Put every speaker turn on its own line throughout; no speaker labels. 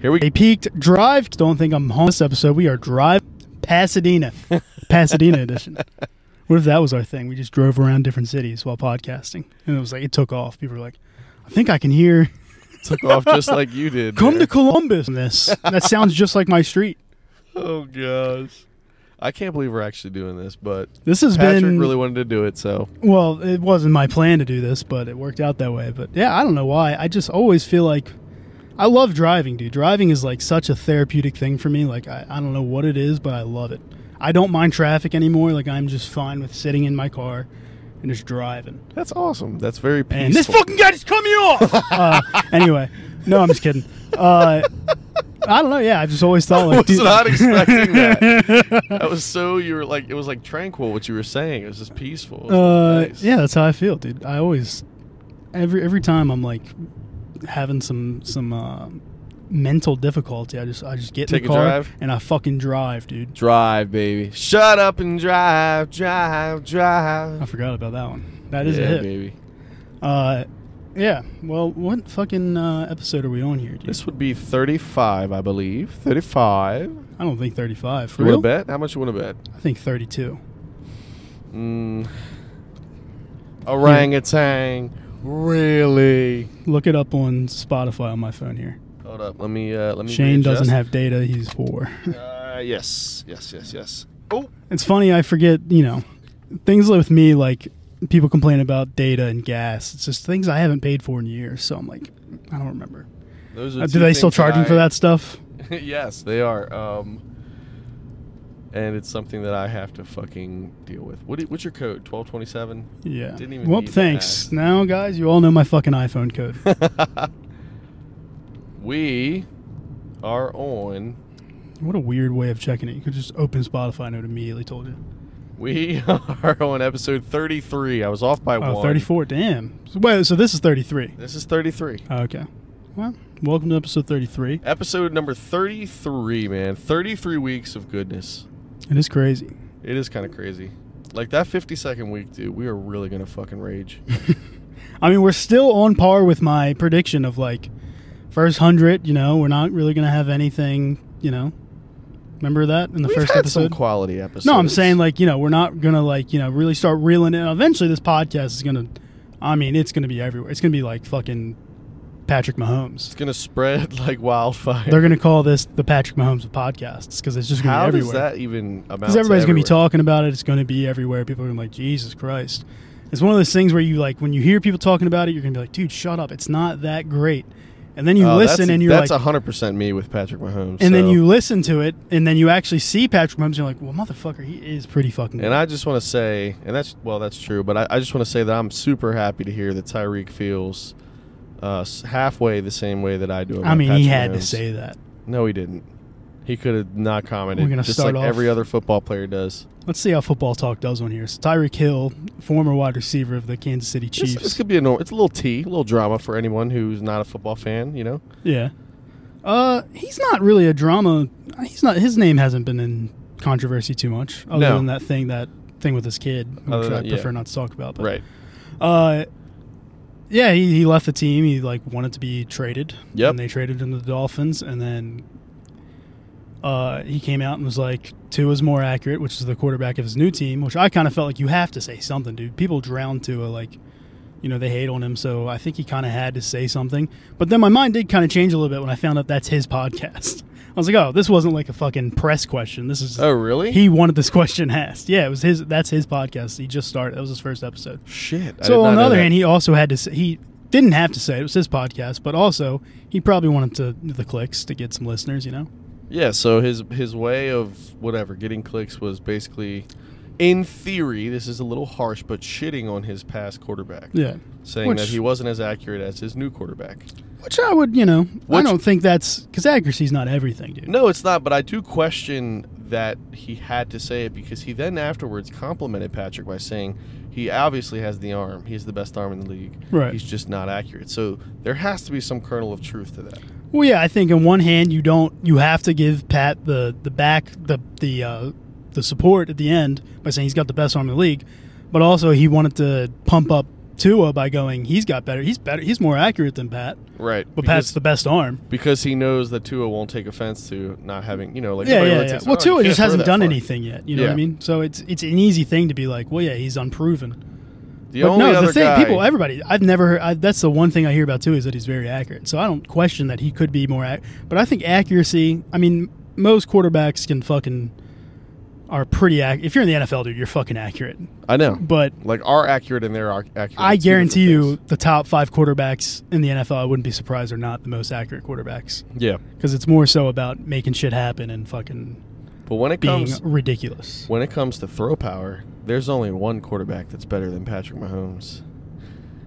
Here we
A peaked drive. Don't think I'm home this episode. We are drive Pasadena, Pasadena edition. What if that was our thing? We just drove around different cities while podcasting, and it was like it took off. People were like, "I think I can hear
took off just like you did.
Come
there.
to Columbus." And This that sounds just like my street.
Oh gosh. I can't believe we're actually doing this, but
This has
Patrick
been
really wanted to do it, so
well. It wasn't my plan to do this, but it worked out that way. But yeah, I don't know why. I just always feel like I love driving, dude. Driving is like such a therapeutic thing for me. Like I, I don't know what it is, but I love it. I don't mind traffic anymore. Like I'm just fine with sitting in my car and just driving.
that's awesome. That's very peaceful.
And this fucking guy just cut me off. uh, anyway, no, I'm just kidding. Uh, I don't know. Yeah, I've just always thought
I
like,
was
dude,
not expecting that. that was so you were like it was like tranquil what you were saying. It was just peaceful. It was
uh,
nice.
yeah, that's how I feel, dude. I always every every time I'm like having some some uh, mental difficulty. I just I just get
Take
in
a
the car
drive?
and I fucking drive, dude.
Drive, baby. Shut up and drive, drive,
I
drive.
forgot about that one. That is
yeah,
a hit.
baby.
Uh, yeah. Well, what fucking uh, episode are we on here, dude?
This would be 35, I believe. 35.
I don't think 35. For
You want
real?
to bet? How much you want to bet?
I think 32. Hmm.
Mm. Orangutan. Really?
Look it up on Spotify on my phone here.
Hold up. Let me. Uh, let me.
Shane doesn't
readjust.
have data. He's poor.
Uh, yes. Yes. Yes. Yes. Oh.
it's funny. I forget. You know, things with me like people complain about data and gas. It's just things I haven't paid for in years. So I'm like, I don't remember.
Those
Uh, do they still charge me for that stuff?
that? yes, they are. Um. And it's something that I have to fucking deal with. What? Do, what's your code? Twelve twenty seven.
Yeah.
Didn't even
Whoop.
need to
Thanks.
ask.
Now, guys, you all know my fucking iPhone code.
we are on.
what a weird way of checking it. You could just open Spotify and it would immediately told you.
We are on episode thirty three. I was off by
Oh,
one.
34. Damn. So, wait. So this is 33.
This is thirty three.
Oh, okay. Well, welcome to episode 33.
Episode number 33, man. 33 weeks of goodness.
It is crazy.
It is kind of crazy. Like that 50 second week, dude, we are really going to fucking rage.
I mean, we're still on par with my prediction of like first hundred. You know, we're not really going to have anything. You know, remember that in the
We've
first
had some
episode.
quality episodes.
no, I'm saying like you know we're not going to like you know really start reeling in. Eventually, this podcast is going to. I mean, it's going to be everywhere. It's going to be like fucking Patrick Mahomes.
it's going to spread like wildfire.
They're going to call this the Patrick Mahomes of podcasts because it's just going to
How
be
does
everywhere.
that even amount
Because everybody's
to
going to be
everywhere?
talking about it. It's going to be everywhere. People are going to be like, Jesus Christ. It's one of those things where you like, when you hear people talking about it, you're going to be like, dude, shut up. It's not that great. And then you
Oh,
listen
that's,
and you're
that's
like,
100% me with Patrick Mahomes.
and then
so-
you listen to it and then you actually see Patrick Mahomes. And you're like, well, motherfucker, he is pretty fucking good.
And I just want to say, and that's well, that's true. But I, I just want to say that I'm super happy to hear that Tyreek feels uh, s- halfway the same way that I
I,
do. about
mean, he
Patrick
had to
Mahomes.
say that.
No, he didn't. He could have not commented.
We're gonna
just
start
like
off-
every other football player does.
Let's see how football talk does on here. So Tyreek Hill, former wide receiver of the Kansas City
This,
Chiefs.
this could be a normal. It's a little tea, a little drama for anyone who's not a football fan. You know,
Yeah. Uh, he's not really a drama. He's not. His name hasn't been in controversy too much, other
No.
than that thing that thing with his kid, which
Other
I
than- yeah.
prefer not to talk about. But,
right?
Uh, yeah, he, he left the team. He like wanted to be traded.
Yep.
And they traded him to the Dolphins, and then. Uh, he came out and was like, two is more accurate," which is the quarterback of his new team. Which I kind of felt like you have to say something, dude. People drown to a like, you know, they hate on him. So I think he kind of had to say something. But then my mind did kind of change a little bit when I found out that's his podcast. I was like, oh, this wasn't like a fucking press question. This is
Oh, really?
he wanted this question asked. Yeah, it was his. That's his podcast. He just started. That was his first episode.
Shit. I did
So
not
on the
know
other
that.
hand, he also had to. Say, he didn't have to say it. it was his podcast, but also he probably wanted to the clicks to get some listeners. You know,
yeah. So his his way of whatever getting clicks was basically, in theory, this is a little harsh, but shitting on his past quarterback,
yeah.
saying
Which-
that he wasn't as accurate as his new quarterback.
Which I would, you know, I
Which-
don't think that's because accuracy is not everything, dude.
No, it's not. But I do question that he had to say it because he then afterwards complimented Patrick by saying he obviously has the arm. He's the best arm in the league.
Right.
He's just not accurate. So there has to be some kernel of truth to that.
Well, yeah, I think on one hand you don't you have to give Pat the the back the the uh, the support at the end by saying he's got the best arm in the league, but also he wanted to pump up Tua by going, he's got better. He's better. He's more accurate than Pat,
Right.
but
because,
Pat's the best arm.
because he knows that Tua won't take offense to not having you know like
yeah,
nobody
yeah,
really
yeah.
takes-
Well,
oh, you
Tua
can't
just
throw
hasn't
that
done
far.
anything yet. You know what
Yeah.
I mean? So it's it's an easy thing to be like, well, yeah, he's unproven.
The
but
only
no,
other
the thing,
guy,
people, everybody, I've never heard. I, that's the one thing I hear about Tua is that he's very accurate. So I don't question that he could be more. Ac- but I think accuracy. I mean, most quarterbacks can fucking are pretty accurate. If you're in the NFL, dude, you're fucking accurate.
I know,
But
like are accurate and they're ac- accurate.
I
It's two different
guarantee you,
things.
the top five quarterbacks in the NFL, I wouldn't be surprised, are not the most accurate quarterbacks
Yeah,
because it's more so about making shit happen and fucking
but when it
being
comes
ridiculous.
when it comes to throw power, there's only one quarterback that's better than Patrick Mahomes.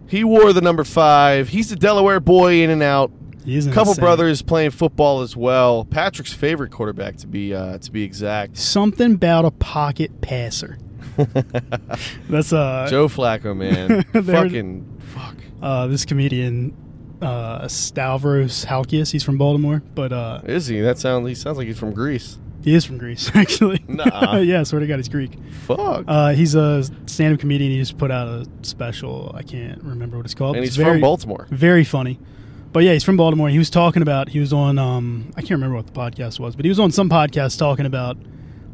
He wore the number five. He's a Delaware boy in and out.
He is
A couple
insane.
brothers playing football as well. Patrick's favorite quarterback, to be uh, to be exact,
Something about a pocket passer. That's uh,
Joe Flacco, man.
There-
Fucking fuck.
uh this comedian uh Stavros Halkias. He's from Baltimore, but uh
Is he? That sounds. He sounds like he's from Greece.
he is from Greece actually.
Nuh-uh.
yeah, swear to God, he's Greek.
Fuck.
Uh, he's a stand-up comedian. He just put out a special. I can't remember what it's called. but
and he's
it's very,
from Baltimore.
Very funny. But yeah, he's from Baltimore. He was talking about he was on um I can't remember what the podcast was, but he was on some podcast talking about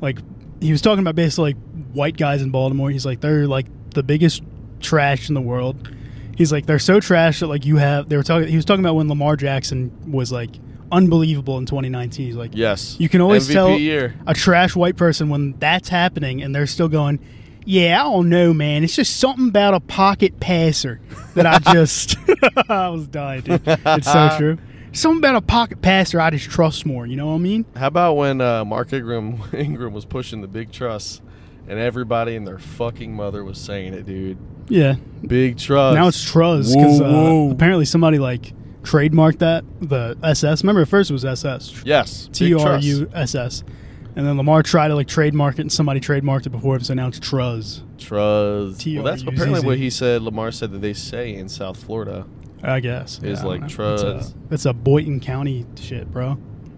like he was talking about basically like white guys in Baltimore. He's like they're like the biggest trash in the world. He's like they're so trash that like you have they were talking he was talking about when Lamar Jackson was like unbelievable in 2019. He's like
Yes.
you can always
MVP
tell
year.
a trash white person when that's happening and they're still going, Yeah, I don't know, man. It's just something about a pocket passer that I just I was dying, dude. It's so true. Something about a pocket passer I just trust more, you know what I mean?
How about when uh, Mark Ingram Ingram was pushing the big truss, and everybody and their fucking mother was saying it, dude.
Yeah.
Big truss.
now it's Truz because
Whoa, whoa.
uh, apparently somebody like trademarked that the SS. Remember at first it was SS.
yes. big
T R
truss.
U S S. And then Lamar tried to like trademark it and somebody trademarked it before him, so now it's Truz.
Truz. Well, that's
T R U Z Z.
apparently what he said. Lamar said that they say in South Florida.
I guess
Is
I
like
don't know. That's a,
trust.
that's a Boynton County shit, bro.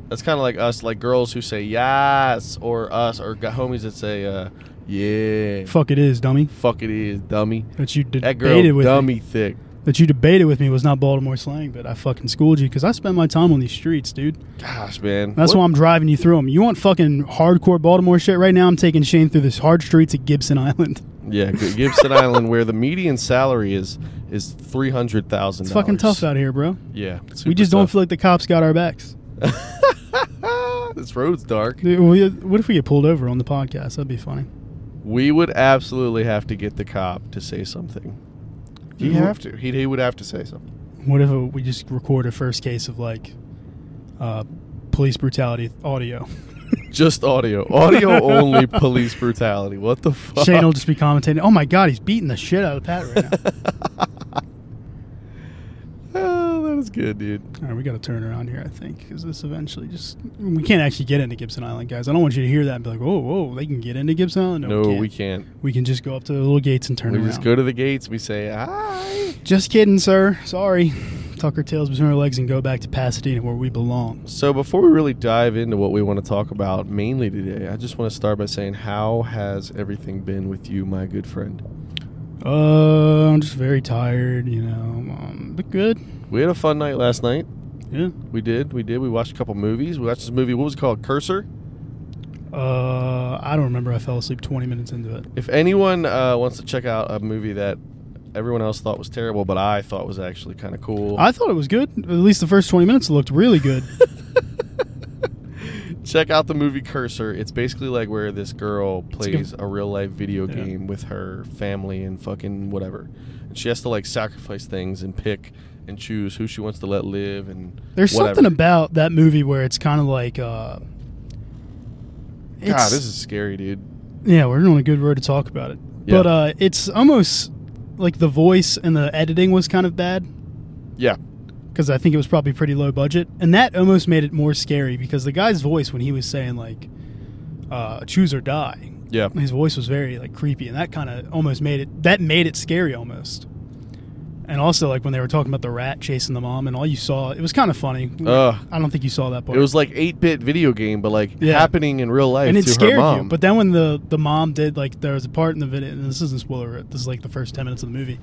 That's kind of like us, like girls who say yes, or us, or got homies that say uh, yeah.
Fuck it is, dummy.
Fuck it is dummy.
That you
That
debated
girl
with me.
dummy thick.
that you debated with me was not Baltimore slang, but I fucking schooled you because I spend my time on these streets, dude.
Gosh, man.
That's
What-
why I'm driving you through them. You want fucking hardcore Baltimore shit right now? I'm taking Shane through this hard streets of Gibson Island.
Yeah, G- Gibson Island, where the median salary is is three hundred thousand.
It's fucking tough out here, bro.
Yeah,
we just don't feel like the cops got our backs.
don't. this road's dark.
Dude, we- What if we get pulled over on the podcast? That'd be funny.
We would absolutely have to get the cop to say something. He'd
Mhm.
have to. He he would have to say something.
What if we just record a first case of like uh, police brutality audio?
Just audio, audio only. Police brutality. What the fuck?
Shane will just be commentating, "Oh my god, he's beating the shit out of Pat right now."
Oh, that was good, dude.
All right, we got to turn around here, I think, because this eventually just we can't actually get into Gibson Island, guys. I don't want you to hear that and be like, "Whoa, whoa, they can get into Gibson Island." No,
No,
we, can't.
we can't.
We can just go up to the little gates and turn
We
around.
just go to the gates. We say hi.
Just kidding, sir. Sorry. Tuck our tails between our legs and go back to Pasadena where we belong.
So before we really dive into what we want to talk about mainly today, I just want to start by saying how has everything been with you, my good friend?
Uh, I'm just very tired, you know. Um, but good.
We had a fun night last night.
Yeah.
We did, we did. We watched a couple movies. We watched this movie. What was it called? Cursor.
Uh, I don't remember. I fell asleep 20 minutes into it.
If anyone uh, wants to check out a movie that everyone else thought was terrible, but I thought was actually kind of cool,
I thought it was good. At least the first 20 minutes looked really good.
check out the movie Cursor. It's basically like where this girl
like a-
plays a, real life video
Yeah.
game with her family and fucking whatever. And she has to like sacrifice things and pick and choose who she wants to let live and
There's
whatever.
something about that movie where it's kind of like, uh, it's,
God, this is scary, dude.
yeah, we're on a good road to talk about it.
Yeah.
But uh, it's almost like the voice and the editing was kind of bad
Yeah.
because I think it was probably pretty low budget, and that almost made it more scary because the guy's voice when he was saying like, uh, "Choose or die,"
Yeah.
his voice was very like creepy, and that kind of almost made it that made it scary almost. And also like when they were talking about the rat chasing the mom, and all you saw it was kind of funny.
Ugh.
I don't think you saw that part.
Uh, It was like 8 bit video game, but like
Yeah.
happening in real life.
and it
to her
scared you.
mom.
But then when the the mom did like there was a part in the video, and this isn't spoiler, this is like the first ten minutes of the movie.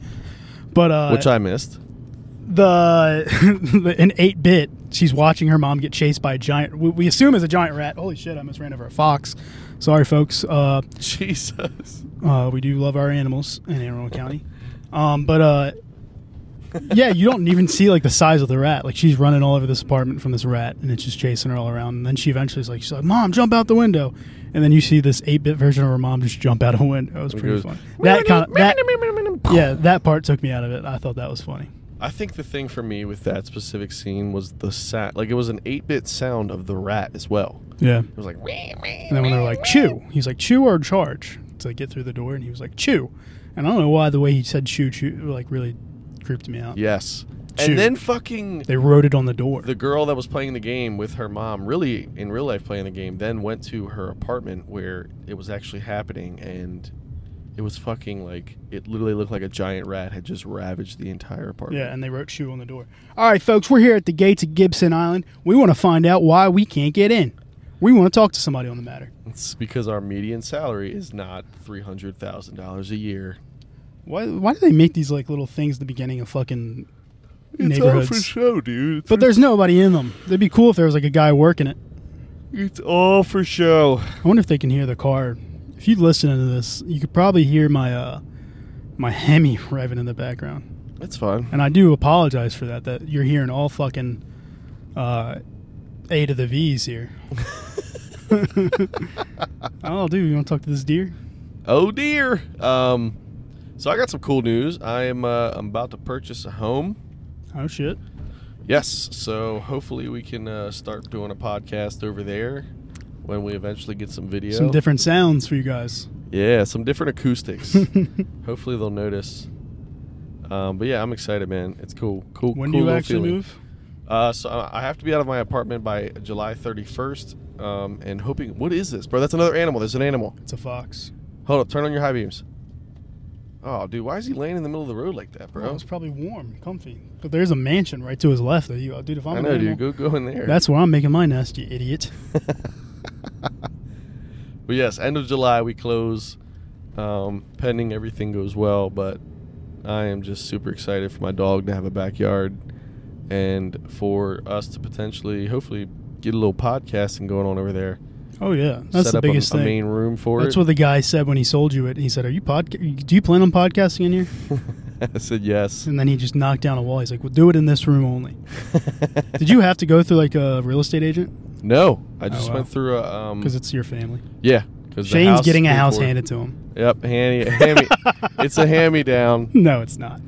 But uh,
which I missed.
the an eight bit. She's watching her mom get chased by a giant. We, we assume is a giant rat. Holy shit! I almost ran over a fox. Sorry, folks. Uh,
Jesus.
uh, we do love our animals in Anne Arundel County, um, but uh, yeah, you don't even see like the size of the rat. Like she's running all over this apartment from this rat, and it's just chasing her all around. And then she eventually is like, she's like, "Mom, jump out the window!" And then you see this eight bit version of her mom just jump out a window. It was pretty
goes,
fun. That kind of that yeah, that part took me out of it. I thought that was funny.
I think the thing for me with that specific scene was the sound. Like it was an eight-bit sound of the rat as well.
Yeah.
It was like. "Wee, wee."
And then when they're like, chew, he's like, chew or charge to get through the door. And he was like, chew. And I don't know why the way he said chew, chew, like really creeped me out.
Yes.
Shoot.
And then fucking
They wrote it on the door.
the girl that was playing the game with her mom, really in real life playing the game, then went to her apartment where it was actually happening and it was fucking like it literally looked like a giant rat had just ravaged the entire apartment.
yeah, and they wrote chew on the door. All right, folks, we're here at the gates of Gibson Island. We want to find out why we can't get in. We want to talk to somebody on the matter.
It's because our median salary is not three hundred thousand dollars a year.
Why, why do they make these like little things at the beginning of fucking
It's all
neighborhoods?
for show, dude. It's
but there's nobody in them. It'd be cool if there was like a guy working it.
It's all for show.
I wonder if they can hear the car. If you listen to this, you could probably hear my uh, my Hemi revving in the background.
That's fun.
And I do apologize for that. That you're hearing all fucking uh, eight of the V's here. oh, dude, you want to talk to this deer?
Oh dear. Um, so I got some cool news. I am uh, I'm about to purchase a home.
Oh shit!
Yes. So hopefully we can uh, start doing a podcast over there when we eventually get some video.
Some different sounds for you guys.
yeah, some different acoustics. hopefully they'll notice. Um, but yeah, I'm excited, man. It's cool. Cool.
When
cool
do you
little
actually
feeling.
move?
Uh, so I I have to be out of my apartment by July 31st. Um, and hoping. What is this, bro? That's another animal. There's an animal.
It's a fox.
Hold up, turn on your high beams. Oh, dude, why is he laying in the middle of the road like that, bro?
Well, it's probably warm, comfy. But there's a mansion right to his left. That you, uh, dude, if I'm
I
an
know, dude.
animal-
Go go in there.
that's where I'm making my nest. You idiot.
but yes, end of July we close. Um, pending everything goes well, but I am just super excited for my dog to have a backyard and for us to potentially, hopefully, get a little podcasting going on over there.
Oh yeah, that's
Set
the
up a-
biggest
a,
thing.
main room for
That's
it.
what the guy said when he sold you it. He said, "Are you podca- Do you plan on podcasting in here?"
I said yes.
And then he just knocked down a wall. He's like, "Well, do it in this room only." Did you have to go through like a real estate agent
Mm. No, I just
Oh, wow.
went through a um.
because it's your family?
yeah, because
Shane's getting a house handed to him.
Yep, hand hand it's a hand me down.
No, it's not.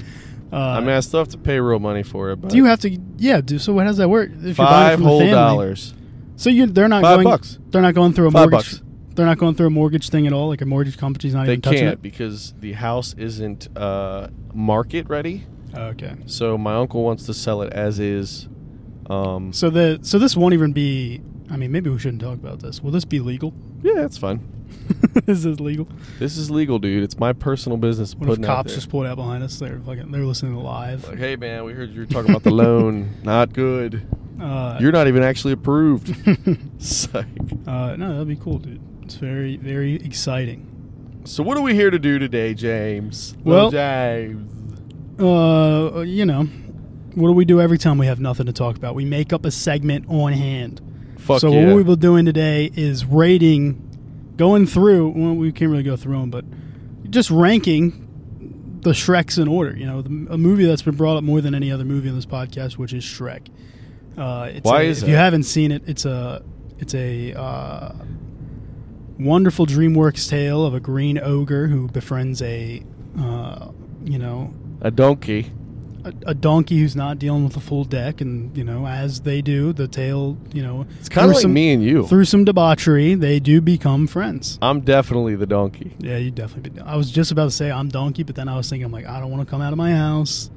Uh,
I mean, I still have to pay real money for it, but
do you have to? Yeah. Do, so how does that work? If you're buying it
five
from the
whole
family-
dollars?
So you they're not
Five
going.
bucks.
They're not going through a
Five
mortgage.
bucks.
They're not going through a mortgage thing at all. Like a mortgage company's not
They
even touching
can't because the house isn't uh, market ready.
it. Okay.
So my uncle wants to sell it as is. Um,
So the so this won't even be. I mean, maybe we shouldn't talk about this. Will this be legal?
yeah, that's fine.
this is legal.
This is legal, dude. It's my personal business.
What if
putting out
cops
there.
just pulled out behind us? They're fucking, they're listening live.
like, hey man, we heard you were talking about the loan. Not good.
Uh,
You're not even actually approved. Psych.
uh, no, that'd be cool, dude. It's very, very exciting.
So what are we here to do today, James?
Well-
Little James.
Uh, you know, what do we do every time we have nothing to talk about? We make up a segment on hand.
Fuck
so
yeah.
what we've been doing today is rating, going through. Well, we can't really go through them, but just ranking the Shreks in order. You know, the, a movie that's been brought up more than any other movie on this podcast, which is Shrek. Uh, it's
Why
a-
is
if you
that?
haven't seen it, it's a it's a uh, wonderful DreamWorks tale of a green ogre who befriends a uh, you know
a donkey.
a, a donkey who's not dealing with a full deck, and you know, as they do, the tale, you know,
It's kind of like me and you.
through some debauchery, they do become friends.
I'm definitely the donkey.
Yeah, you definitely. Be, I was just about to say I'm donkey, but then I was thinking, I'm like, I don't want to come out of my house.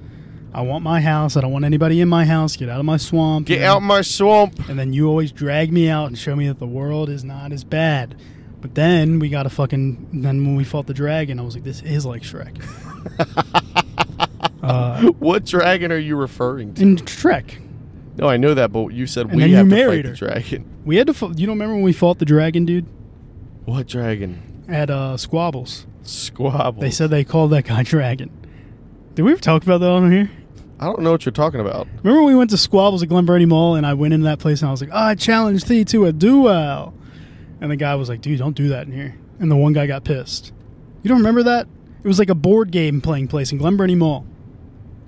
I want my house. I don't want anybody in my house. Get out of my swamp.
Get
you know?
out my swamp.
And then you always drag me out and show me that the world is not as bad. But then we got a fucking. Then when we fought the dragon, I was like, this is like Shrek. uh,
What dragon are you referring to?
in Shrek,
No, I know that, but you said
And
we
then
have
you
to
married
fight
her.
the dragon.
we had to. Fo- you don't remember when we fought the dragon, dude?
What dragon?
At uh, Squabbles.
Squabble.
They said they called that guy Dragon. Did we ever talk about that on here?
I don't know what you're talking about.
Remember when we went to Squabbles at Glen Burnie Mall and I went into that place and I was like, "Ah, I challenge thee to a duel. And the guy was like, dude, don't do that in here. And the one guy got pissed. You don't remember that? It was like a board game playing place in Glen Burnie Mall.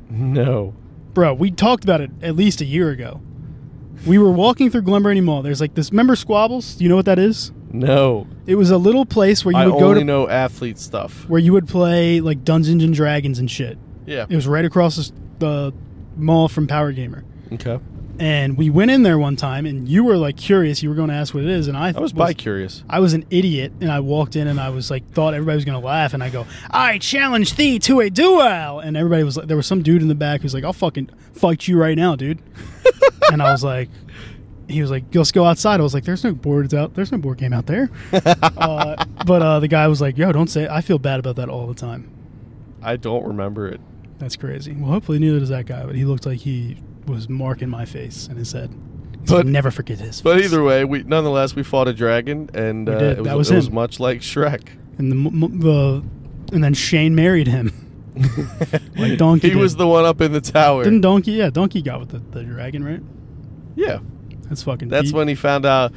No.
Bro, we talked about it at least a year ago. We were walking through Glen Burnie Mall. There's like this, remember Squabbles? Do you know what that is?
No.
It was a little place where you
I
would go
only
to
know athlete stuff.
where you would play like Dungeons and Dragons and shit.
Yeah.
It was right across the s- the mall from Power Gamer.
Okay.
and we went in there one time and you were like curious you were going to ask what it is and i,
I was bi curious.
I was an idiot and i walked in and i was like thought everybody was going to laugh and i go i challenge thee to a duel and everybody was like there was some dude in the back who's like i'll fucking fight you right now dude and i was like he was like let's go outside i was like there's no boards out there's no board game out there uh, but uh, the guy was like yo don't say it. i feel bad about that all the time
I don't remember it.
that's crazy well hopefully neither does that guy but he looked like he was marking my face and his head He's
But-
gonna never forget his
But
face.
either way, we nonetheless we fought a dragon, and
We
uh,
did.
it, was,
That was
it was
him.
much like Shrek.
and the, m- m- the and then Shane married him. Like Donkey
he was
did.
the one up in the tower.
Didn't Donkey? Yeah, Donkey got with the, the dragon, right?
yeah,
That's fucking.
that's
deep.
when he found out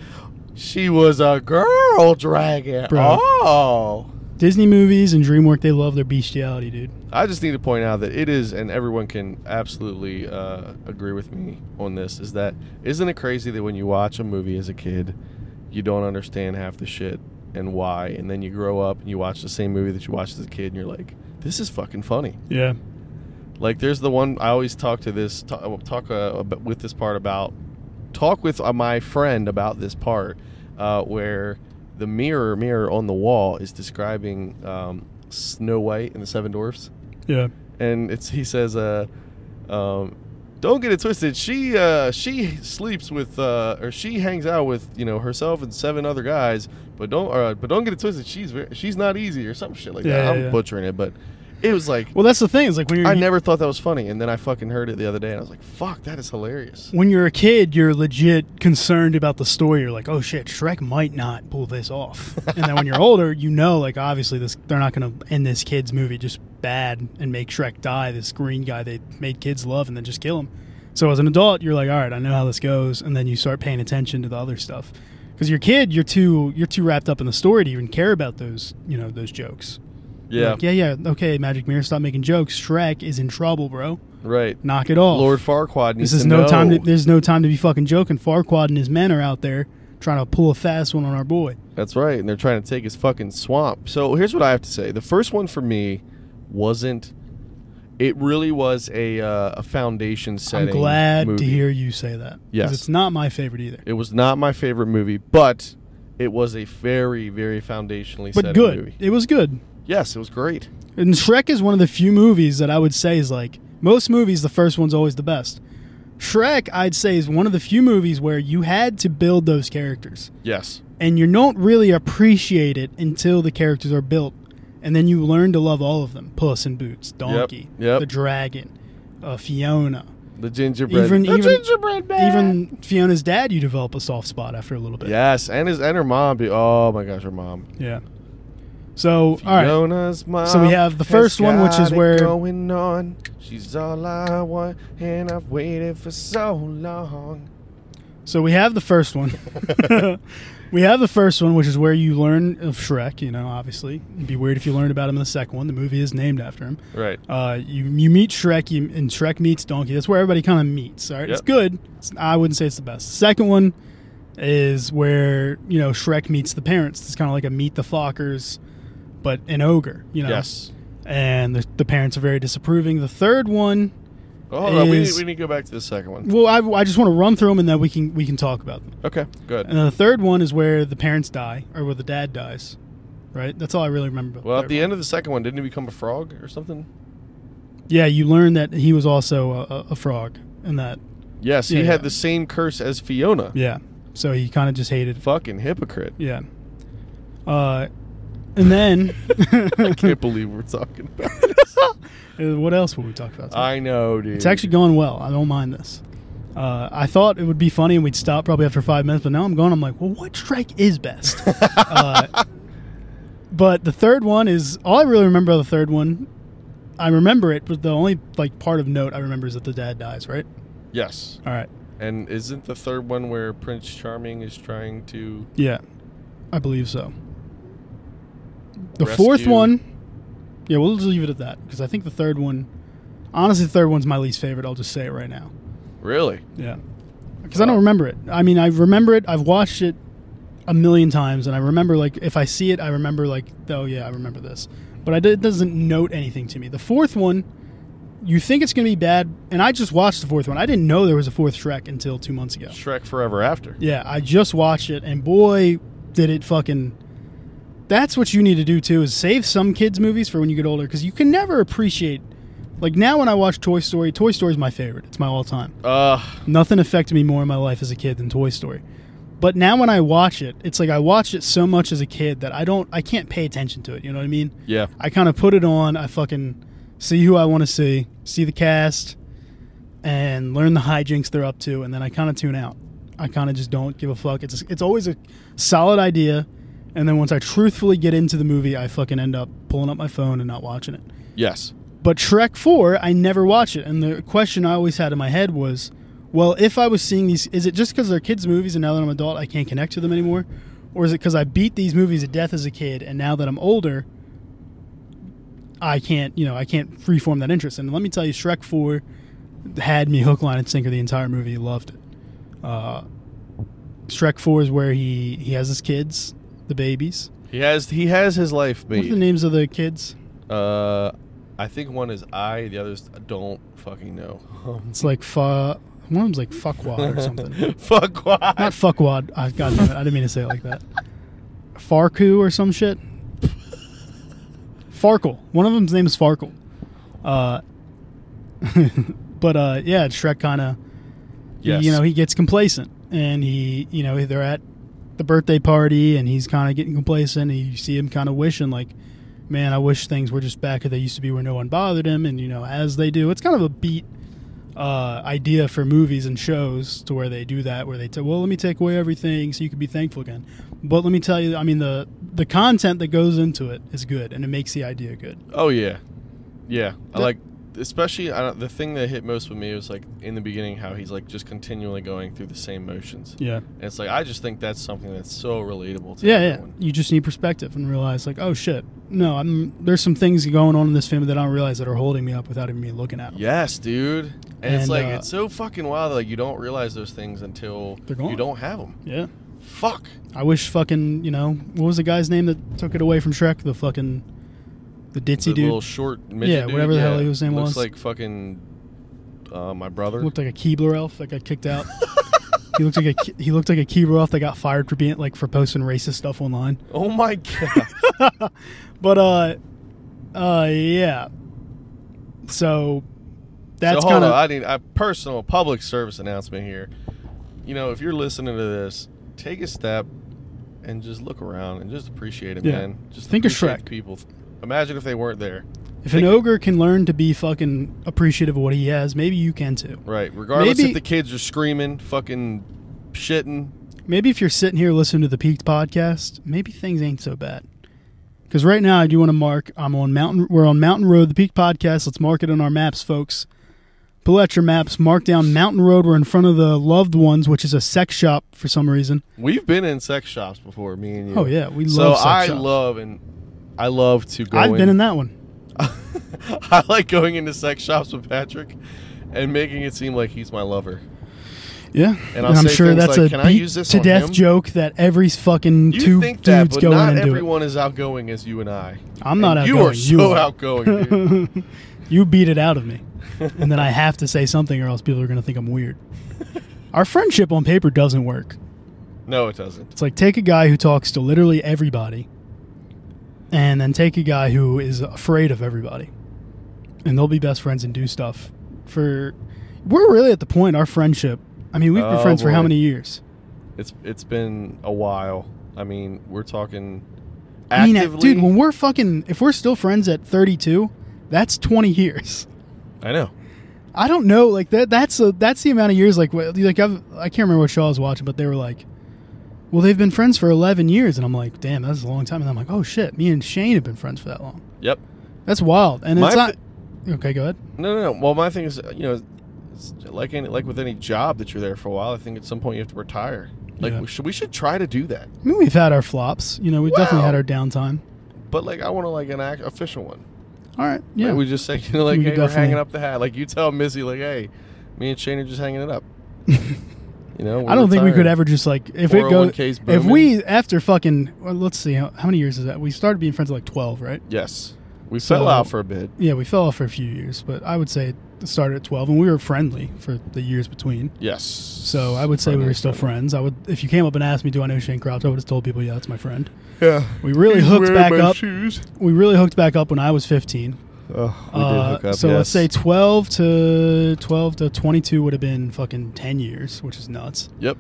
she was a girl dragon.
Bro.
Oh,
Disney movies and DreamWorks they love their bestiality, dude.
I just need to point out that it is, and everyone can absolutely uh, agree with me on this. Is that isn't it crazy that when you watch a movie as a kid, you don't understand half the shit and why, and then you grow up and you watch the same movie that you watched as a kid, and you're like, this is fucking funny.
Yeah,
Like there's the one I always talk to this talk, talk uh, ab- with this part about talk with uh, my friend about this part uh, where the mirror mirror on the wall is describing um, Snow White and the Seven Dwarfs,
yeah.
and it's he says, uh, um, "Don't get it twisted. She uh, she sleeps with uh, or she hangs out with you know herself and seven other guys, but don't uh, but don't get it twisted. She's very, she's not easy or some shit like
Yeah,
that.
yeah,
I'm
yeah.
butchering it, but." It was like
Well, that's the thing. It's like when you're
I never thought that was funny, and then I fucking heard it the other day, and I was like, "Fuck, that is hilarious."
when you're a kid, you're legit concerned about the story. You're like, oh shit, Shrek might not pull this off. and then when you're older, you know, like obviously this they're not going to end this kid's movie just bad and make Shrek die. This green guy they made kids love and then just kill him. So as an adult, you're like, all right, I know how this goes, and then you start paying attention to the other stuff. Because you're a kid, you're too you're too wrapped up in the story to even care about those you know those jokes. You're
Yeah,
like, yeah, yeah, okay, Magic Mirror, stop making jokes. Shrek is in trouble, bro.
right.
Knock it off.
Lord Farquaad needs
This is
to
no
know.
time. To, there's no time to be fucking joking. Farquad and his men are out there trying to pull a fast one on our boy.
That's right, and they're trying to take his fucking swamp. So here's what I have to say: the first one for me wasn't. It really was a uh, a foundation setting.
I'm glad to
movie.
hear you say that. 'cause
Yes.
it's not my favorite either.
It was not my favorite movie, but it was a very very foundationally
But
setting
good.
movie.
It was good.
Yes, it was great.
And Shrek is one of the few movies that I would say is like most movies. The first one's always the best. Shrek, I'd say, is one of the few movies where you had to build those characters,
Yes,
and you don't really appreciate it until the characters are built, and then you learn to love all of them: Puss in Boots, Donkey,
yep.
the Dragon, uh, Fiona.
the gingerbread,
Even-
the
even-
gingerbread man.
even Fiona's dad, you develop a soft spot after a little bit.
Yes, and his and her mom. Be, oh my gosh, her mom.
Yeah. So, all right.
Fiona's mom.
So we have the
has
first one, which is
got it
where-
going on. She's all I want, and I've waited for so long.
So we have the first one. we have the first one, which is where you learn of Shrek. You know, obviously, it'd be weird if you learned about him in the second one. The movie is named after him.
Right.
Uh, you you meet Shrek, you, and Shrek meets Donkey. That's where everybody kind of meets. All right, it's
Yep.
good. It's, I wouldn't say it's the best. Second one is where you know Shrek meets the parents. It's kind of like a Meet the Fockers, but an ogre. You know,
Yes.
and the, the parents are very disapproving. The third one,
Oh, no, we, need,
is-
we need to go back to the second one.
well, I, I just want to run through them and then we can we can talk about them.
Okay, good.
And then the third one is where the parents die or where the dad dies, right? That's all I really remember. About
Well, at
third
the
one.
end of the second one, didn't he become a frog or something?
yeah, you learn that he was also a, a, a frog, and that
Yes, he
Yeah,
had
yeah.
the same curse as Fiona.
yeah, so he kind of just hated.
Fucking hypocrite.
Yeah, uh, and then
I can't believe we're talking about this.
Uh, what else will we talk about? today?
I know, dude.
It's actually going well. I don't mind this. Uh, I thought it would be funny and we'd stop probably after five minutes, but now I'm going. I'm like, well, what Shrek is best? uh, but the third one is all I really remember. About the third one, I remember it, but the only like part of note I remember is that the dad dies, right?
Yes.
All right.
And isn't the third one where Prince Charming is trying to
Yeah. I believe so. The
Rescue.
fourth one Yeah, we'll just leave it at that because I think the third one honestly the third one's my least favorite, I'll just say it right now.
really?
Yeah. Because I don't remember it. I mean, I remember it. I've watched it a million times, and I remember, like, if I see it, I remember, like, oh, yeah, I remember this. But I d- it doesn't note anything to me. The fourth one, you think it's going to be bad, and I just watched the fourth one. I didn't know there was a fourth Shrek until two months ago.
Shrek Forever After.
Yeah, I just watched it, and boy, did it fucking. That's what you need to do too is save some kids' movies for when you get older because you can never appreciate. Like now, when I watch Toy Story, Toy Story is my favorite. It's my all time.
Uh
Nothing affected me more in my life as a kid than Toy Story. But now when I watch it, it's like I watched it so much as a kid that I don't I can't pay attention to it, you know what I mean?
yeah.
I kind of put it on, I fucking see who I want to see, see the cast and learn the hijinks they're up to and then I kind of tune out. I kind of just don't give a fuck. It's it's always a solid idea and then once I truthfully get into the movie, I fucking end up pulling up my phone and not watching it.
Yes.
But Shrek 4, I never watch it. And the question I always had in my head was, well, if I was seeing these, is it just because they're kids' movies and now that I'm an adult, I can't connect to them anymore? Or is it because I beat these movies to death as a kid and now that I'm older, I can't, you know, I can't freeform that interest? And let me tell you, Shrek 4 had me hook, line, and sinker the entire movie. Loved it. Uh, Shrek 4 is where he, he has his kids, the babies.
He has he has his life
What are the
made.
names of the kids?
Uh I think one is I, the other's I don't fucking know. Um,
It's like, fa- one of them's like Fuckwad or something.
Fuck why?
Not fuckwad. I God damn it. I didn't mean to say it like that. Farku or some shit. Farkle. One of them's name is Farkle. Uh, but uh, yeah, Shrek kind of
yes.
you know he gets complacent and he you know they're at the birthday party and he's kind of getting complacent and you see him kind of wishing like man i wish things were just back as they used to be where no one bothered him and you know as they do it's kind of a beat uh, idea for movies and shows to where they do that where they tell well let me take away everything so you can be thankful again but let me tell you i mean the the content that goes into it is good and it makes the idea good
Oh yeah, yeah. I
The-
like, especially I don't- the thing that hit most with me was like in the beginning how he's like just continually going through the same motions.
yeah
And it's like I just think that's something that's so relatable to
Yeah, yeah.
everyone.
You just need perspective and realize, like, oh shit, no, I'm there's some things going on in this family that I don't realize that are holding me up without even me looking at them.
Yes, dude. And, it's
And,
like
uh,
it's so fucking wild. That, like you don't realize those things until
They're gone.
you don't have them.
Yeah.
Fuck.
I wish fucking you know what was the guy's name that took it away from Shrek? The fucking the ditzy
the
dude
little short midget
Yeah,
dude,
whatever the hell
yeah,
his name
looks
was.
like fucking uh, my brother.
looked like a Keebler elf that got kicked out. he looked like a Ke- he looked like a Keebler elf that got fired for being like for posting racist stuff online.
oh my god.
But uh, uh, yeah. So that's
so hold
kind
on,
of
I need a personal public service announcement here. You know, if you're listening to this, take a step and just look around and just appreciate it,
Yeah.
man. Just
Think of
appreciate
Shrek.
the People, imagine if they weren't there,
if an ogre can learn to be fucking appreciative of what he has, maybe you can too.
right? Regardless
Maybe-
if the kids are screaming, fucking shitting.
Maybe if you're sitting here listening to the Peaked podcast, maybe things ain't so bad. Because right now, I do want to mark. I'm on mountain. We're on Mountain Road, the Peak Podcast. Let's mark it on our maps, folks. Pull out your maps. Mark down Mountain Road. We're in front of the Loved Ones, which is a sex shop for some reason.
We've been in sex shops before, me and you.
Oh yeah, we
so
love. sex
I
shops.
love and I love to go.
I've
in,
been in that one.
I like going into sex shops with Patrick and making it seem like he's my lover.
Yeah,
And I'll
I'm
say
sure
things
that's
like,
a
"Can I
beat
use this
to
on
death
him?"
joke that every fucking
You
two
think that,
dudes
but
go in
not
and do it.
everyone is outgoing as you and I.
I'm not
And
outgoing.
You are so
are.
outgoing. Dude.
you beat it out of me. And then I have to say something or else people are going to think I'm weird. Our friendship on paper doesn't work.
No, it doesn't.
It's like take a guy who talks to literally everybody and then take a guy who is afraid of everybody. And they'll be best friends and do stuff for We're really at the point our friendship. I mean, we've been
Oh,
friends for how
boy.
many years?
It's it's been a while. I mean, we're talking
I
actively.
mean, uh, dude, when we're fucking if we're still friends at 32, that's 20 years.
I know.
I don't know. Like that. That's a, that's the amount of years. Like wh- like I've, I can't remember what show I was watching, but they were like, well, they've been friends for eleven years, and I'm like, damn, that's a long time. And I'm like, oh shit, me and Shane have been friends for that long.
Yep.
That's wild. And
My
it's not.
fa-
Okay, go ahead.
No, no, no. Well, my thing is, uh, you know, it's like any like with any job that you're there for a while, I think at some point you have to retire. Like
Yeah.
we should we should try to do that.
I mean, we've had our flops. You know, we've definitely
Wow.
had our downtime.
But like I want to like an act- official one.
All right.
Yeah,
Yeah.
we just say you know, like
We could
hey, we're hanging
definitely-
up the hat. Like you tell Missy like hey, me and Shane are just hanging it up. you know,
I don't think we could ever just like if it goes
401k's
if
booming.
we after fucking well, let's see how, how many years is that we started being friends at like 12 right
Yes, we
So-
fell out for a bit.
yeah we fell off for a few years but i would say it started at 12 and we were friendly for the years between
Yes.
so i would say we
Friendly,
were still
friendly.
friends i would if you came up and asked me do i know shane crouch i would have told people yeah that's my friend
Yeah.
we really
He's
hooked
wearing
back
my
up
Shoes.
we really hooked back up when i was 15
Oh, we
Uh,
did hook up.
so let's say
yes.
12 to 12 to 22 would have been fucking 10 years which is nuts
Yep.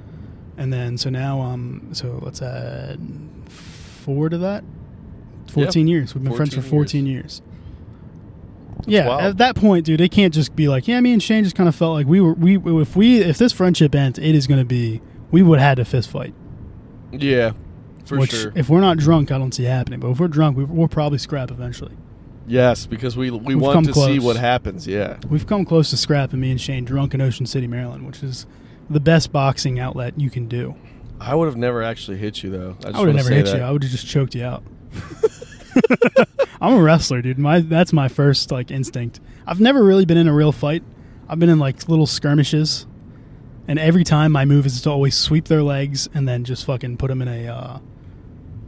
And then so now um so let's add four to that. Fourteen years. We've been friends for
14
fourteen years. Yeah,
wild.
at that point, dude, it can't just be like, yeah, me and Shane just kind of felt like we were we if we if this friendship ends, it is going to be we would have had a fist fight.
Yeah. For
which
sure.
if we're not drunk, I don't see happening. But if we're drunk, we, we'll probably scrap eventually.
yes, because we we
We've come
want to see
close.
what happens. Yeah.
We've come close to scrapping me and Shane drunk in Ocean City, Maryland, which is the best boxing outlet you can do.
I would have never actually hit you though. I, just
I would have
wanna
never
say
hit
that.
you. I would have just choked you out. I'm a wrestler, dude. My that's my first like instinct. I've never really been in a real fight. I've been in like little skirmishes, and every time my move is to always sweep their legs and then just fucking put them in a uh,